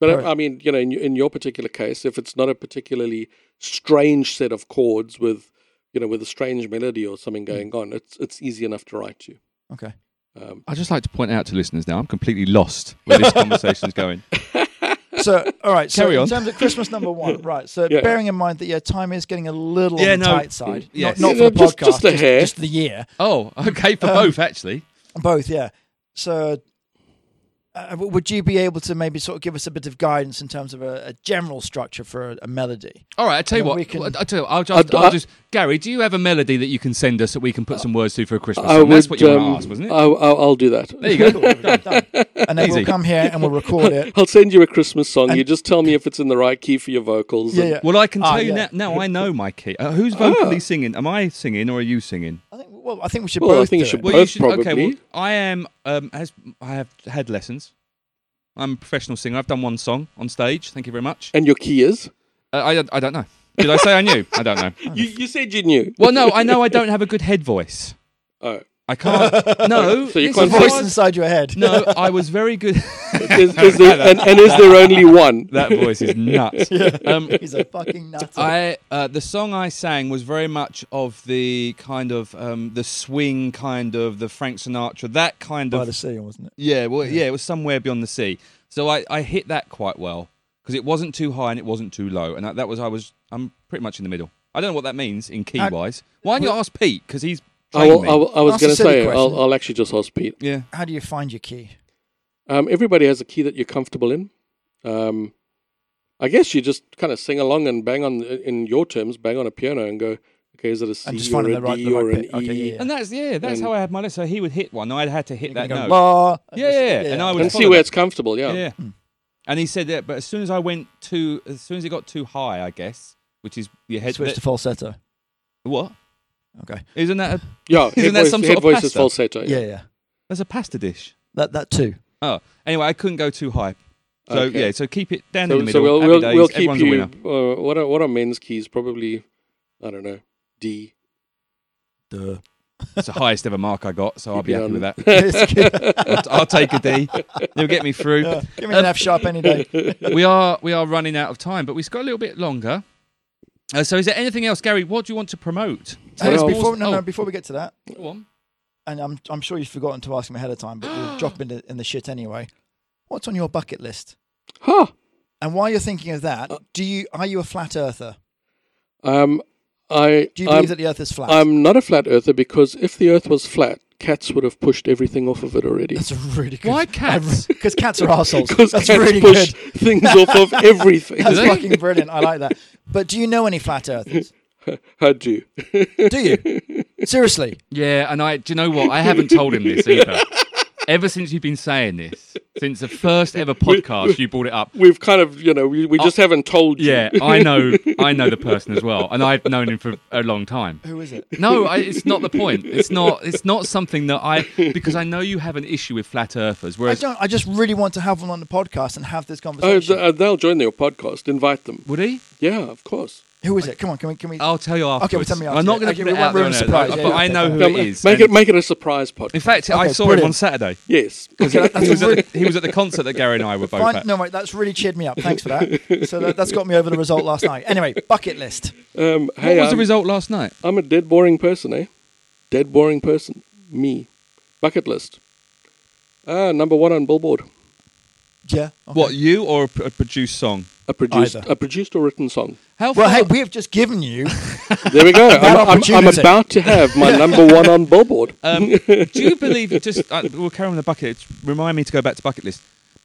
[SPEAKER 3] But
[SPEAKER 2] Right.
[SPEAKER 3] I, I mean, you know, in, y- in your particular case, if it's not a particularly strange set of chords with, you know, with a strange melody or something going on, it's it's easy enough to write to.
[SPEAKER 2] okay.
[SPEAKER 3] Um,
[SPEAKER 1] I'd just like to point out to listeners now, I'm completely lost where this conversation's going.
[SPEAKER 2] So, all right. So,
[SPEAKER 1] Carry
[SPEAKER 2] in
[SPEAKER 1] on.
[SPEAKER 2] terms of Christmas number one, right? So,
[SPEAKER 3] Yeah.
[SPEAKER 2] bearing in mind that your time is getting a little
[SPEAKER 1] Yeah,
[SPEAKER 2] on the
[SPEAKER 1] no.
[SPEAKER 2] tight side,
[SPEAKER 1] Yes.
[SPEAKER 2] not, not
[SPEAKER 3] Yeah,
[SPEAKER 2] for the
[SPEAKER 3] just-
[SPEAKER 2] podcast,
[SPEAKER 3] just a hair.
[SPEAKER 2] just the year.
[SPEAKER 1] Oh, okay, for both actually.
[SPEAKER 2] Both, yeah. So, uh, w- would you be able to maybe sort of give us a bit of guidance in terms of a, a general structure for a, a melody?
[SPEAKER 1] All right, I tell you
[SPEAKER 2] Yeah,
[SPEAKER 1] what.
[SPEAKER 2] we can-
[SPEAKER 1] I tell you, what, I'll just,
[SPEAKER 3] I'd-
[SPEAKER 1] I'll
[SPEAKER 3] I-
[SPEAKER 1] just. Gary, do you have a melody that you can send us that we can put some words to for a Christmas?
[SPEAKER 3] I
[SPEAKER 1] song?
[SPEAKER 3] would.
[SPEAKER 1] That's what you were
[SPEAKER 3] um,
[SPEAKER 1] asked, wasn't it?
[SPEAKER 3] I, I'll, I'll do that.
[SPEAKER 1] there you go.
[SPEAKER 2] Cool, done.
[SPEAKER 3] Uh,
[SPEAKER 2] And then
[SPEAKER 1] Easy.
[SPEAKER 2] we'll come here and we'll record it.
[SPEAKER 3] I'll send you a Christmas song. you just tell me if it's in the right key for your vocals.
[SPEAKER 2] Yeah,
[SPEAKER 3] and-
[SPEAKER 2] yeah.
[SPEAKER 1] Well, I can tell
[SPEAKER 2] Ah,
[SPEAKER 1] you
[SPEAKER 2] yeah.
[SPEAKER 1] now, now. I know my key. Uh, who's vocally singing? Am I singing or are you singing?
[SPEAKER 2] I think. Well, I think we should
[SPEAKER 3] Well, I
[SPEAKER 2] both.
[SPEAKER 3] think
[SPEAKER 2] do
[SPEAKER 3] you should
[SPEAKER 2] it.
[SPEAKER 3] both.
[SPEAKER 1] Well, you should. Okay. Well,
[SPEAKER 3] probably.
[SPEAKER 1] I am. Um, has I have had lessons. I'm a professional singer. I've done one song on stage. Thank you very much.
[SPEAKER 3] And your key is?
[SPEAKER 1] Uh, I I don't know. Did I say I knew? I don't know.
[SPEAKER 3] You, you said you knew.
[SPEAKER 1] Well, no, I know I don't have a good head voice.
[SPEAKER 3] Oh.
[SPEAKER 1] I can't. No.
[SPEAKER 3] So you
[SPEAKER 1] this
[SPEAKER 2] The
[SPEAKER 3] can't
[SPEAKER 1] is
[SPEAKER 2] voice
[SPEAKER 1] hard.
[SPEAKER 2] inside your head.
[SPEAKER 1] No, I was very good.
[SPEAKER 3] Is, is there, and, and is there only one?
[SPEAKER 1] that voice is nuts. Um,
[SPEAKER 2] He's a fucking nut.
[SPEAKER 1] I uh, the song I sang was very much of the kind of um, the swing kind of the Frank Sinatra that kind
[SPEAKER 2] by
[SPEAKER 1] of
[SPEAKER 2] the sea, wasn't it?
[SPEAKER 1] yeah well yeah. it was somewhere beyond the sea so I, I hit that quite well because it wasn't too high and it wasn't too low and that, that was I was I'm pretty much in the middle I don't know what that means in key
[SPEAKER 2] Uh,
[SPEAKER 1] wise why don't you ask Pete because he's
[SPEAKER 3] I,
[SPEAKER 1] trained
[SPEAKER 3] will,
[SPEAKER 1] me.
[SPEAKER 3] I, will, I was
[SPEAKER 2] Ask a
[SPEAKER 3] going to
[SPEAKER 2] silly
[SPEAKER 3] say, I'll,
[SPEAKER 2] question.
[SPEAKER 3] I'll actually just ask Pete.
[SPEAKER 1] yeah
[SPEAKER 2] How do you find your key?
[SPEAKER 3] Um, everybody has a key that you're comfortable in. Um, I guess you just kind of sing along and bang on, uh, in your terms, bang on a piano and go, okay, is it a
[SPEAKER 2] And just
[SPEAKER 3] C or
[SPEAKER 2] finding
[SPEAKER 3] a
[SPEAKER 2] the right,
[SPEAKER 3] D
[SPEAKER 2] the
[SPEAKER 3] or
[SPEAKER 2] right
[SPEAKER 3] an
[SPEAKER 2] bit. Okay,
[SPEAKER 3] E?
[SPEAKER 2] yeah, yeah.
[SPEAKER 1] and that's yeah that's
[SPEAKER 3] And-
[SPEAKER 1] how I had my list so he would hit one I would had to hit that
[SPEAKER 2] You go,
[SPEAKER 1] note
[SPEAKER 2] "La," and
[SPEAKER 1] yeah,
[SPEAKER 2] just-
[SPEAKER 1] yeah, and I would
[SPEAKER 3] And
[SPEAKER 1] follow
[SPEAKER 3] see where
[SPEAKER 1] that.
[SPEAKER 3] it's comfortable, yeah.
[SPEAKER 1] Yeah. And he said that, but as soon as I went too, as soon as it got too high, I guess, which is your head.
[SPEAKER 2] switch to falsetto.
[SPEAKER 1] what?
[SPEAKER 2] Okay.
[SPEAKER 1] Isn't that a,
[SPEAKER 3] Yeah,
[SPEAKER 1] Isn't
[SPEAKER 3] head
[SPEAKER 1] that
[SPEAKER 3] voice,
[SPEAKER 1] some
[SPEAKER 3] head
[SPEAKER 1] sort of
[SPEAKER 3] voice is
[SPEAKER 1] pasta?
[SPEAKER 3] falsetto.
[SPEAKER 2] Yeah, yeah.
[SPEAKER 1] that's a pasta dish?
[SPEAKER 2] That that too.
[SPEAKER 1] Oh, anyway, I couldn't go too high. So
[SPEAKER 3] Okay.
[SPEAKER 1] yeah, so keep it down in the middle.
[SPEAKER 3] So, so we'll,
[SPEAKER 1] happy
[SPEAKER 3] we'll,
[SPEAKER 1] days,
[SPEAKER 3] we'll keep
[SPEAKER 1] everyone's a
[SPEAKER 3] you,
[SPEAKER 1] winner.
[SPEAKER 3] uh, what, are, what are men's keys? Probably, I don't know, D.
[SPEAKER 2] Duh.
[SPEAKER 1] That's the highest ever mark I got, so I'll
[SPEAKER 3] Keep
[SPEAKER 1] be
[SPEAKER 3] it
[SPEAKER 1] happy
[SPEAKER 3] on.
[SPEAKER 1] with that.
[SPEAKER 2] It's good.
[SPEAKER 1] I'll, I'll take a D. You'll get me through.
[SPEAKER 2] Give me an F sharp any day.
[SPEAKER 1] we are we are running out of time, but we've got a little bit longer. Uh, so is there anything else, Gary? What do you want to promote?
[SPEAKER 2] Hey,
[SPEAKER 3] Well-
[SPEAKER 2] before, no,
[SPEAKER 1] Oh.
[SPEAKER 2] no, before we get to that,
[SPEAKER 1] Go on.
[SPEAKER 2] and I'm, I'm sure you've forgotten to ask him ahead of time, but we'll drop in the, in the shit anyway. What's on your bucket list?
[SPEAKER 3] Huh. Uh,
[SPEAKER 2] And while you're thinking of that, do you are you a flat earther?
[SPEAKER 3] Um, I,
[SPEAKER 2] Do you believe
[SPEAKER 3] I'm-
[SPEAKER 2] that the earth is flat?
[SPEAKER 3] I'm not a flat earther because if the earth was flat, cats would have pushed everything off of it already.
[SPEAKER 2] That's a really good.
[SPEAKER 1] Why cats?
[SPEAKER 2] Because cats are assholes.
[SPEAKER 3] Because
[SPEAKER 2] That's
[SPEAKER 3] cats
[SPEAKER 2] really
[SPEAKER 3] push
[SPEAKER 2] good.
[SPEAKER 3] things off of everything.
[SPEAKER 2] That's
[SPEAKER 1] they?
[SPEAKER 2] fucking brilliant. I like that. But do you know any flat earthers?
[SPEAKER 3] I do.
[SPEAKER 2] Do you? Seriously?
[SPEAKER 1] Yeah, and I do you know what? I haven't told him this either. ever since you've been saying this, since the first ever podcast you brought it up.
[SPEAKER 3] We've kind of, you know, we,
[SPEAKER 2] Oh.
[SPEAKER 3] we just haven't told you.
[SPEAKER 1] Yeah, I know I know the person as well, and I've known him for a long time.
[SPEAKER 2] Who is it?
[SPEAKER 1] No, I, it's not the point. It's not it's not something that I because I know you have an issue with flat earthers
[SPEAKER 2] I
[SPEAKER 1] whereas
[SPEAKER 2] don't. I just really want to have them on the podcast and have this
[SPEAKER 3] Oh,
[SPEAKER 2] conversation.
[SPEAKER 3] th- uh, they'll join your podcast. Invite them.
[SPEAKER 1] would he?
[SPEAKER 3] Yeah, of course.
[SPEAKER 2] Who is it? Come on, can we? Can we?
[SPEAKER 1] I'll tell you afterwards.
[SPEAKER 2] Okay, well, tell me
[SPEAKER 1] I'm not
[SPEAKER 2] afterwards.
[SPEAKER 1] going to
[SPEAKER 2] Okay, we
[SPEAKER 1] put it
[SPEAKER 2] won't
[SPEAKER 1] out there,
[SPEAKER 2] ruin
[SPEAKER 1] no,
[SPEAKER 2] surprise.
[SPEAKER 1] but
[SPEAKER 2] Yeah,
[SPEAKER 1] I
[SPEAKER 2] yeah,
[SPEAKER 1] know
[SPEAKER 2] yeah.
[SPEAKER 1] who
[SPEAKER 3] No,
[SPEAKER 1] it
[SPEAKER 3] ma-
[SPEAKER 1] is.
[SPEAKER 3] Make
[SPEAKER 1] and-
[SPEAKER 3] it make it a surprise podcast.
[SPEAKER 1] in fact, I
[SPEAKER 2] Okay,
[SPEAKER 1] saw him on
[SPEAKER 2] brilliant.
[SPEAKER 1] Saturday.
[SPEAKER 3] yes,
[SPEAKER 1] He was, at, he was at the concert that Gary and I were both
[SPEAKER 2] Fine.
[SPEAKER 1] at.
[SPEAKER 2] No, mate, that's really cheered me up. Thanks for that. So that, that's got me over the result last night. Anyway, bucket list.
[SPEAKER 3] um,
[SPEAKER 1] what
[SPEAKER 3] hey,
[SPEAKER 1] was the
[SPEAKER 3] I'm-
[SPEAKER 1] result last night?
[SPEAKER 3] I'm a dead boring person, eh? Dead boring person. Me. Bucket list. Ah, number one on Billboard.
[SPEAKER 2] Yeah. okay.
[SPEAKER 1] What you or a, p- a produced song?
[SPEAKER 3] A produced,
[SPEAKER 2] Either.
[SPEAKER 3] a produced or written song.
[SPEAKER 1] How
[SPEAKER 2] Well,
[SPEAKER 1] far?
[SPEAKER 2] hey, we have just given you.
[SPEAKER 3] There we go. I'm, I'm, I'm
[SPEAKER 2] opportunity. Uh,
[SPEAKER 3] about to have my number one on Billboard.
[SPEAKER 1] Um, do you believe? Just uh, we'll carry on the bucket. It's, remind me to go back to bucket list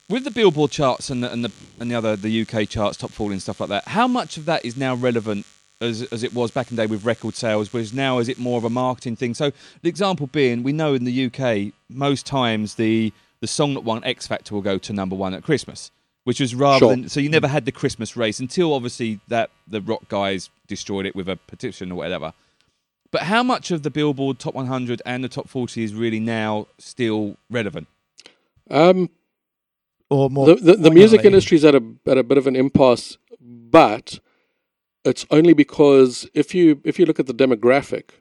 [SPEAKER 1] with the Billboard charts and the, and the and the other the UK charts, top forty and stuff like that. How much of that is now relevant as as it was back in the day with record sales? Whereas now is it more of a marketing thing? So the example being, we know in the UK most times the the song that won X Factor will go to number one at Christmas, which was rather
[SPEAKER 3] Sure.
[SPEAKER 1] than so you never had the Christmas race until obviously that the rock guys destroyed it with a petition or whatever. But how much of the Billboard Top 100 and the Top 40 is really now still relevant?
[SPEAKER 3] Um,
[SPEAKER 2] Or more.
[SPEAKER 3] the, the, the music
[SPEAKER 2] poignantly.
[SPEAKER 3] industry's at a at a bit of an impasse, but it's only because if you if you look at the demographic,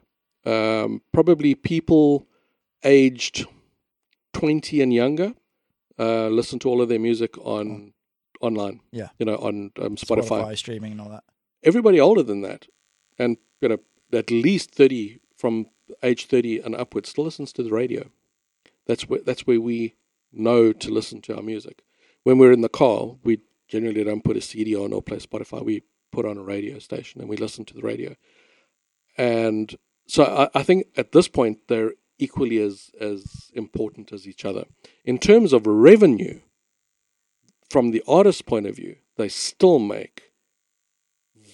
[SPEAKER 3] um, probably people aged twenty and younger uh, listen to all of their music on online.
[SPEAKER 2] Yeah.
[SPEAKER 3] you know, on um, Spotify.
[SPEAKER 2] Spotify streaming and all that.
[SPEAKER 3] Everybody older than that, and you know, at least thirty from age thirty and upwards, still listens to the radio. That's where that's where we know to listen to our music. When we're in the car, we generally don't put a CD on or play Spotify. We put on a radio station and we listen to the radio. And so I, I think at this point they're equally as as important as each other in terms of revenue. From the artist's point of view, they still make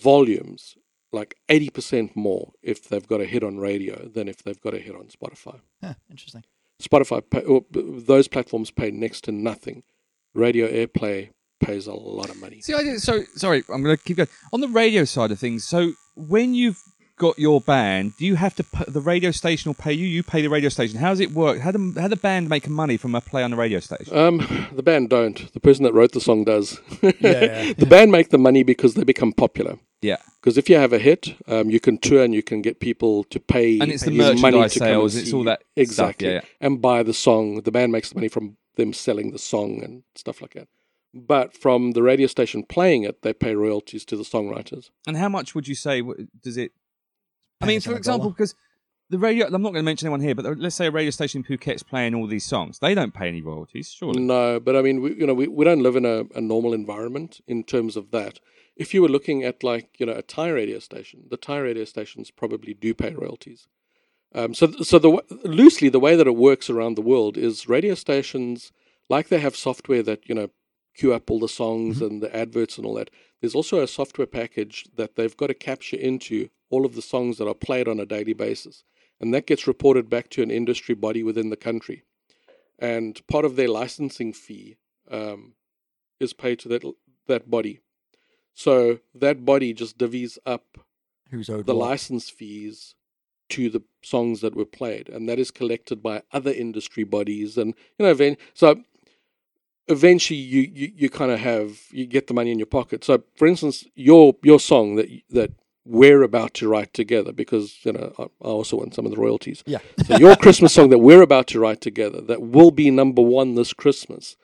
[SPEAKER 3] volumes like eighty percent more if they've got a hit on radio than if they've got a hit on Spotify.
[SPEAKER 2] Huh, interesting.
[SPEAKER 3] Spotify, pay, or b- those platforms pay next to nothing. Radio airplay pays a lot of money.
[SPEAKER 1] See, I did, so sorry, I'm going to keep going. On the radio side of things, so when you've got your band, do you have to put the radio station will pay you? You pay the radio station. How does it work? How do how the band make money from a play on the radio station?
[SPEAKER 3] Um, the band don't. The person that wrote the song does.
[SPEAKER 2] Yeah, yeah.
[SPEAKER 3] the band make the money because they become popular.
[SPEAKER 1] Yeah,
[SPEAKER 3] Because if you have a hit, um, you can tour and you can get people to pay
[SPEAKER 1] And it's the
[SPEAKER 3] you
[SPEAKER 1] merchandise
[SPEAKER 3] money to come and
[SPEAKER 1] sales, it's
[SPEAKER 3] see
[SPEAKER 1] all
[SPEAKER 3] you.
[SPEAKER 1] that stuff,
[SPEAKER 3] exactly,
[SPEAKER 1] yeah, yeah.
[SPEAKER 3] and buy the song. The band makes the money from them selling the song and stuff like that. But from the radio station playing it, they pay royalties to the songwriters.
[SPEAKER 1] and how much would you say w- does it? I mean,
[SPEAKER 2] Pennies on
[SPEAKER 1] for
[SPEAKER 2] a
[SPEAKER 1] example,
[SPEAKER 2] dollar.
[SPEAKER 1] because the radio. I'm not going to mention anyone here, but the- let's say a radio station in Phuket's playing all these songs. They don't pay any royalties,
[SPEAKER 2] Mm.
[SPEAKER 1] surely.
[SPEAKER 3] No, but I mean, we, you know, we, we don't live in a, a normal environment in terms of that. If you were looking at like you know a Thai radio station, the Thai radio stations probably do pay royalties. Um, so so the w- loosely the way that it works around the world is radio stations like they have software that you know queue up all the songs and the adverts and all that. There's also a software package that they've got to capture into all of the songs that are played on a daily basis, and that gets reported back to an industry body within the country and part of their licensing fee um, is paid to that that body. So that body just divvies up
[SPEAKER 2] Who's owed
[SPEAKER 3] the
[SPEAKER 2] what?
[SPEAKER 3] license fees to the songs that were played, and that is collected by other industry bodies, and you know, even, so eventually you you, you kind of have you get the money in your pocket. So, for instance, your your song that that we're about to write together, because you know I, I also want some of the royalties.
[SPEAKER 2] Yeah.
[SPEAKER 3] So your Christmas song that we're about to write together that will be number one this Christmas.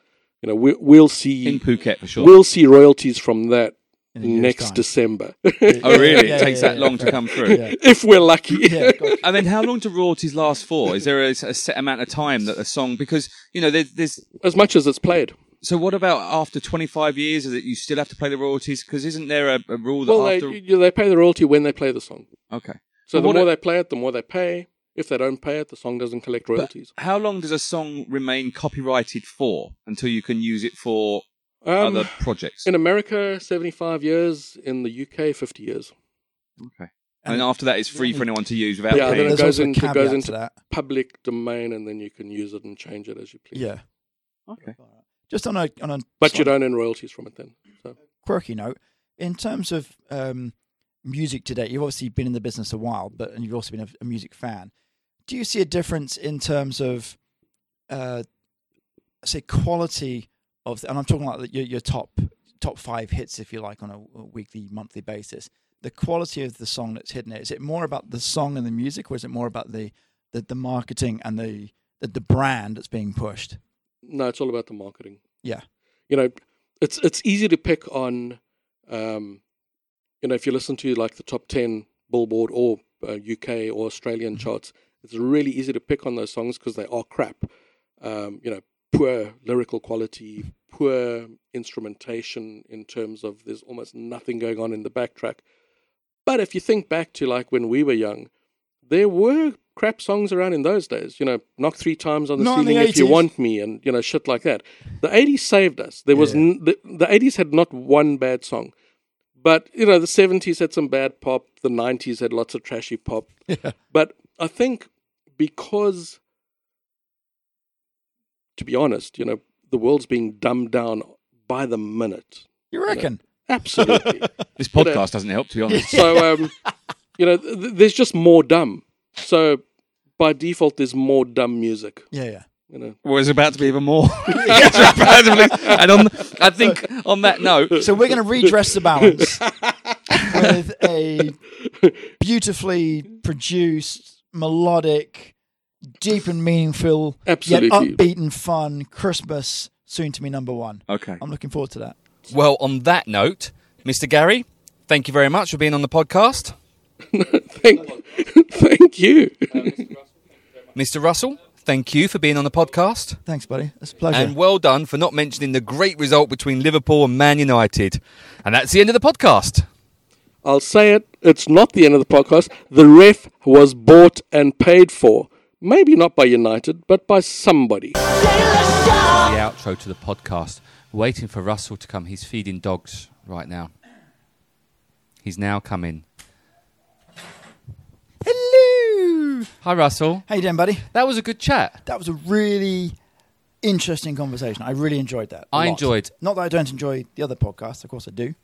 [SPEAKER 3] You know, we, we'll
[SPEAKER 1] In
[SPEAKER 3] see
[SPEAKER 1] Phuket, for sure.
[SPEAKER 3] we'll see royalties from that
[SPEAKER 2] In a year's
[SPEAKER 3] next
[SPEAKER 2] time.
[SPEAKER 3] December
[SPEAKER 1] Oh, really?
[SPEAKER 2] Yeah,
[SPEAKER 1] it
[SPEAKER 2] yeah,
[SPEAKER 1] takes
[SPEAKER 2] yeah,
[SPEAKER 1] that
[SPEAKER 2] yeah.
[SPEAKER 1] long to come through.
[SPEAKER 2] Yeah.
[SPEAKER 3] if we're lucky.
[SPEAKER 2] Yeah, God,
[SPEAKER 1] And then, how long do royalties last for? Is there a, a set amount of time that a song? Because you know, there's, there's.
[SPEAKER 3] as much as it's played.
[SPEAKER 1] So, what about after 25 years? Is it you still have to pay the royalties? Because isn't there a, a rule that
[SPEAKER 3] Well, they,
[SPEAKER 1] after?
[SPEAKER 3] you, they pay the royalty when they play the song.
[SPEAKER 1] Okay.
[SPEAKER 3] So
[SPEAKER 1] Well,
[SPEAKER 3] the
[SPEAKER 1] what
[SPEAKER 3] more
[SPEAKER 1] a-
[SPEAKER 3] they play it, the more they pay. If they don't pay it, the song doesn't collect
[SPEAKER 1] But
[SPEAKER 3] royalties.
[SPEAKER 1] how long does a song remain copyrighted for until you can use it for
[SPEAKER 3] Um,
[SPEAKER 1] other projects?
[SPEAKER 3] in America, 75 years. In the UK, 50 years.
[SPEAKER 1] Okay. And after that, it's free for anyone to use without
[SPEAKER 3] Yeah,
[SPEAKER 1] paying.
[SPEAKER 3] then it
[SPEAKER 2] there's
[SPEAKER 3] goes
[SPEAKER 2] also a
[SPEAKER 3] into,
[SPEAKER 2] caveat
[SPEAKER 3] goes
[SPEAKER 2] to
[SPEAKER 3] into
[SPEAKER 2] that.
[SPEAKER 3] public domain and then you can use it and change it as you please.
[SPEAKER 2] Yeah.
[SPEAKER 1] Okay.
[SPEAKER 2] Just on a on a
[SPEAKER 3] But you
[SPEAKER 2] slightly
[SPEAKER 3] don't earn royalties from it then. So
[SPEAKER 2] quirky note, in terms of um, music today, you've obviously been in the business a while, but and you've also been a, a music fan. Do you see a difference in terms of, uh, say, quality of? And I'm talking like your, your top top five hits, if you like, on a weekly, monthly basis. the quality of the song that's hidden it? Is it more about the song and the music, or is it more about the the, the marketing and the, the the brand that's being pushed?
[SPEAKER 3] No, it's all about the marketing.
[SPEAKER 2] Yeah.
[SPEAKER 3] You know, it's it's easy to pick on, um, you know, if you listen to like the top ten Billboard or uh, UK or Australian charts, it's really easy to pick on those songs because they are crap. Um, you know, poor lyrical quality, poor instrumentation in terms of there's almost nothing going on in the backtrack. But if you think back to like when we were young, there were crap songs around in those days. You know, knock three times on the
[SPEAKER 2] Not in the
[SPEAKER 3] ceiling if you
[SPEAKER 2] 80s.
[SPEAKER 3] want me, and you know shit like that. The '80s saved us. There was
[SPEAKER 2] Yeah.
[SPEAKER 3] n- the, the '80s had not one bad song, but you know the '70s had some bad pop. The '90s had lots of trashy pop.
[SPEAKER 2] Yeah.
[SPEAKER 3] But I think because, to be honest, you know, the world's being dumbed down by the minute.
[SPEAKER 2] You reckon?
[SPEAKER 3] Absolutely.
[SPEAKER 1] This podcast doesn't help, to be honest.
[SPEAKER 3] so, um, you know, th- th- there's just more dumb. So, by default, there's more dumb music.
[SPEAKER 2] Yeah, yeah.
[SPEAKER 3] You know,
[SPEAKER 1] Well, it's about to be even more. It's about to be- and on, I think on that note,
[SPEAKER 2] So we're going to redress the balance with a beautifully produced, melodic, deep and meaningful,
[SPEAKER 3] Absolutely.
[SPEAKER 2] yet upbeat and fun Christmas soon to be number one.
[SPEAKER 1] okay.
[SPEAKER 2] I'm looking forward to that.
[SPEAKER 1] Well, on that note, Mr. Gary, thank you very much for being on the podcast.
[SPEAKER 3] thank, thank you.
[SPEAKER 1] Mr. Russell, thank you for being on the podcast.
[SPEAKER 2] Thanks, buddy. It's a pleasure.
[SPEAKER 1] And well done for not mentioning the great result between Liverpool and Man United. And that's the end of the podcast.
[SPEAKER 3] I'll say it. It's not the end of the podcast. The ref was bought and paid for. Maybe not by United, but by somebody.
[SPEAKER 1] The outro to the podcast. Waiting for Russell to come. He's feeding dogs right now. He's now coming.
[SPEAKER 2] Hello.
[SPEAKER 1] Hi, Russell.
[SPEAKER 2] How you doing, buddy?
[SPEAKER 1] That was a good chat.
[SPEAKER 2] That was a really interesting conversation. I really enjoyed that. a
[SPEAKER 1] I
[SPEAKER 2] lot.
[SPEAKER 1] enjoyed-
[SPEAKER 2] Not that I don't enjoy the other podcasts. Of course, I do.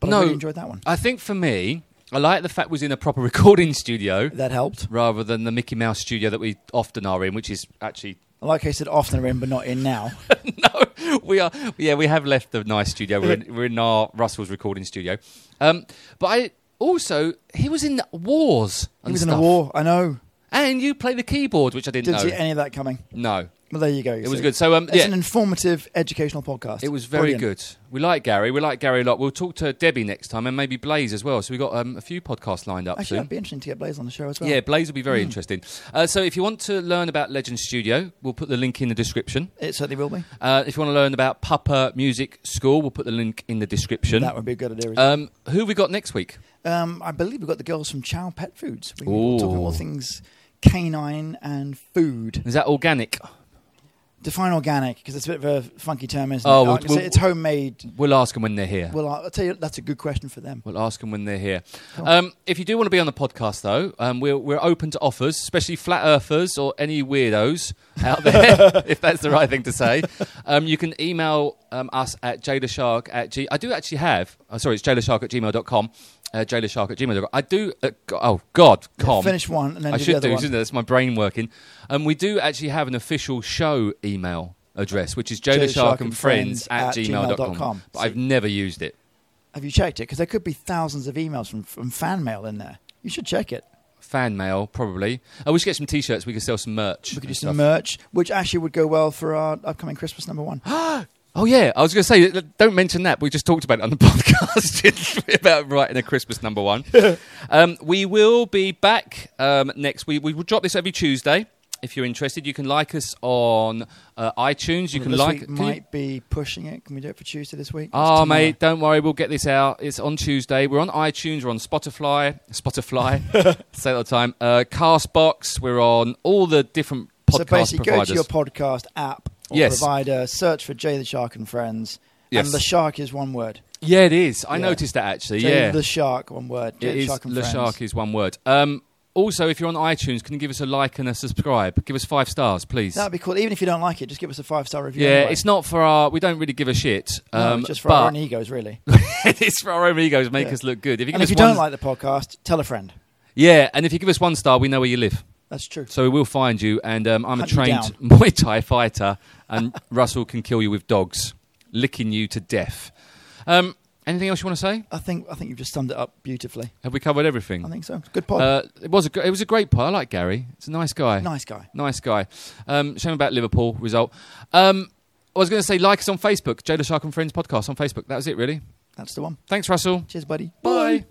[SPEAKER 2] But
[SPEAKER 1] No.
[SPEAKER 2] I really enjoyed that one.
[SPEAKER 1] I think for me, I like the fact we was in a proper recording studio
[SPEAKER 2] That helped.
[SPEAKER 1] rather than the Mickey Mouse studio that we often are in, which is actually
[SPEAKER 2] Like I said, often are in, but not in now.
[SPEAKER 1] no, we are. Yeah, we have left the nice studio. We're in, we're in our Russell's recording studio. Um, but I also he was in wars.
[SPEAKER 2] He
[SPEAKER 1] And
[SPEAKER 2] was in
[SPEAKER 1] stuff.
[SPEAKER 2] a war. I know.
[SPEAKER 1] and you play the keyboard, which I didn't,
[SPEAKER 2] Didn't
[SPEAKER 1] know.
[SPEAKER 2] see any of that coming.
[SPEAKER 1] no,
[SPEAKER 2] Well, there you go.
[SPEAKER 1] it was good. So um,
[SPEAKER 2] It's
[SPEAKER 1] yeah,
[SPEAKER 2] an informative, educational podcast.
[SPEAKER 1] it was very
[SPEAKER 2] Brilliant.
[SPEAKER 1] good. We like Gary. We like Gary a lot. We'll talk to Debbie next time, and maybe Blaze as well. So we have got um, a few podcasts lined up
[SPEAKER 2] Actually,
[SPEAKER 1] soon.
[SPEAKER 2] that'd be interesting to get Blaze on the show as well. Hmm.
[SPEAKER 1] Yeah, Blaze will be very interesting. Uh, so, if you want to learn about Legend Studio, we'll put the link in the description.
[SPEAKER 2] It certainly will be.
[SPEAKER 1] Uh, if you want to learn about Papa Music School, we'll put the link in the description.
[SPEAKER 2] That would be a good idea. as well.
[SPEAKER 1] Um, who have we got next week?
[SPEAKER 2] um, I believe we've got the girls from Chow Pet Foods. We're
[SPEAKER 1] Ooh.
[SPEAKER 2] talking all things canine and food.
[SPEAKER 1] Is that organic?
[SPEAKER 2] Define organic because it's a bit of a funky term, isn't
[SPEAKER 1] Oh,
[SPEAKER 2] it?
[SPEAKER 1] well,
[SPEAKER 2] Like I say,
[SPEAKER 1] well-
[SPEAKER 2] it's homemade.
[SPEAKER 1] We'll ask them when they're here.
[SPEAKER 2] Well, I'll tell you, that's a good question for them.
[SPEAKER 1] We'll ask them when they're here. Um, if you do want to be on the podcast, though, um, we're, we're open to offers, especially flat earthers or any weirdos out there, if that's the right thing to say. Um, you can email um, us at jadashark at g. I do actually have, oh, sorry, it's jadashark at gmail.com. Uh, jadashark at gmail.com. I do, uh, go- oh, God, com.
[SPEAKER 2] Finish one and then
[SPEAKER 1] I
[SPEAKER 2] do
[SPEAKER 1] should
[SPEAKER 2] the other
[SPEAKER 1] do,
[SPEAKER 2] one.
[SPEAKER 1] shouldn't I? That's my brain working. Um, we do actually have an official show email address, which is
[SPEAKER 2] Jada Shark and
[SPEAKER 1] jodasharkandfriends
[SPEAKER 2] Friends
[SPEAKER 1] at
[SPEAKER 2] at
[SPEAKER 1] gmail.com.
[SPEAKER 2] gmail.com.
[SPEAKER 1] But I've never used it.
[SPEAKER 2] Have you checked it? Because there could be thousands of emails from, from fan mail in there. You should check it.
[SPEAKER 1] Fan mail, probably. I we should get some t shirts. We could sell some merch.
[SPEAKER 2] We could do
[SPEAKER 1] and
[SPEAKER 2] some
[SPEAKER 1] stuff.
[SPEAKER 2] merch, which actually would go well for our upcoming Christmas number one.
[SPEAKER 1] Oh, yeah. I was going to say, l- don't mention that. We just talked about it on the podcast about writing a Christmas number one. um, we will be back um, next week. We will drop this every Tuesday. If you're interested, you can like us on uh, iTunes. You can
[SPEAKER 2] this
[SPEAKER 1] like
[SPEAKER 2] week
[SPEAKER 1] can you-
[SPEAKER 2] might be pushing it. Can we do it for Tuesday this week? It's
[SPEAKER 1] Ah,
[SPEAKER 2] tomorrow.
[SPEAKER 1] mate, don't worry. We'll get this out. It's on Tuesday. We're on iTunes. We're on Spotify. Spotify. say it all the time. Uh, Castbox. We're on all the different podcast
[SPEAKER 2] So basically,
[SPEAKER 1] providers.
[SPEAKER 2] go to your podcast app or
[SPEAKER 1] Yes.
[SPEAKER 2] provider, search for Jay the Shark and Friends,
[SPEAKER 1] Yes.
[SPEAKER 2] and the shark is one word.
[SPEAKER 1] yeah, it is. I
[SPEAKER 2] Yeah.
[SPEAKER 1] noticed that actually.
[SPEAKER 2] Jay
[SPEAKER 1] yeah,
[SPEAKER 2] the shark, one word. Jay
[SPEAKER 1] it
[SPEAKER 2] the
[SPEAKER 1] is.
[SPEAKER 2] Shark and
[SPEAKER 1] Le
[SPEAKER 2] Friends.
[SPEAKER 1] Shark is one word. Um, also, if you're on iTunes, can you give us a like and a subscribe? Give us five stars, please.
[SPEAKER 2] That'd be cool. Even if you don't like it, just give us a five star review.
[SPEAKER 1] yeah,
[SPEAKER 2] anyway.
[SPEAKER 1] it's not for our. We don't really give a shit.
[SPEAKER 2] No,
[SPEAKER 1] Um,
[SPEAKER 2] it's just for
[SPEAKER 1] but
[SPEAKER 2] our own egos, really.
[SPEAKER 1] it's for our own egos. Make
[SPEAKER 2] Yeah.
[SPEAKER 1] us look good. If you give
[SPEAKER 2] and if
[SPEAKER 1] us
[SPEAKER 2] you
[SPEAKER 1] one,
[SPEAKER 2] don't like the podcast, tell a friend.
[SPEAKER 1] yeah, and if you give us one star, we know where you live.
[SPEAKER 2] That's true.
[SPEAKER 1] So we will find you, and um, I'm a
[SPEAKER 2] Hunt you
[SPEAKER 1] trained
[SPEAKER 2] down.
[SPEAKER 1] Muay Thai fighter, and Russell can kill you with dogs, licking you to death. Um, Anything else you want to say?
[SPEAKER 2] I think I think you've just summed it up beautifully.
[SPEAKER 1] Have we covered everything?
[SPEAKER 2] I think so. Good pod.
[SPEAKER 1] Uh, it was a gr- it was a great part. I like Gary. It's a nice guy.
[SPEAKER 2] nice guy.
[SPEAKER 1] Nice guy. Um, shame about Liverpool result. Um, I was going to say like us on Facebook, Jada Shark and Friends podcast on Facebook. That was it, really.
[SPEAKER 2] That's the one.
[SPEAKER 1] Thanks, Russell.
[SPEAKER 2] Cheers, buddy.
[SPEAKER 1] Bye.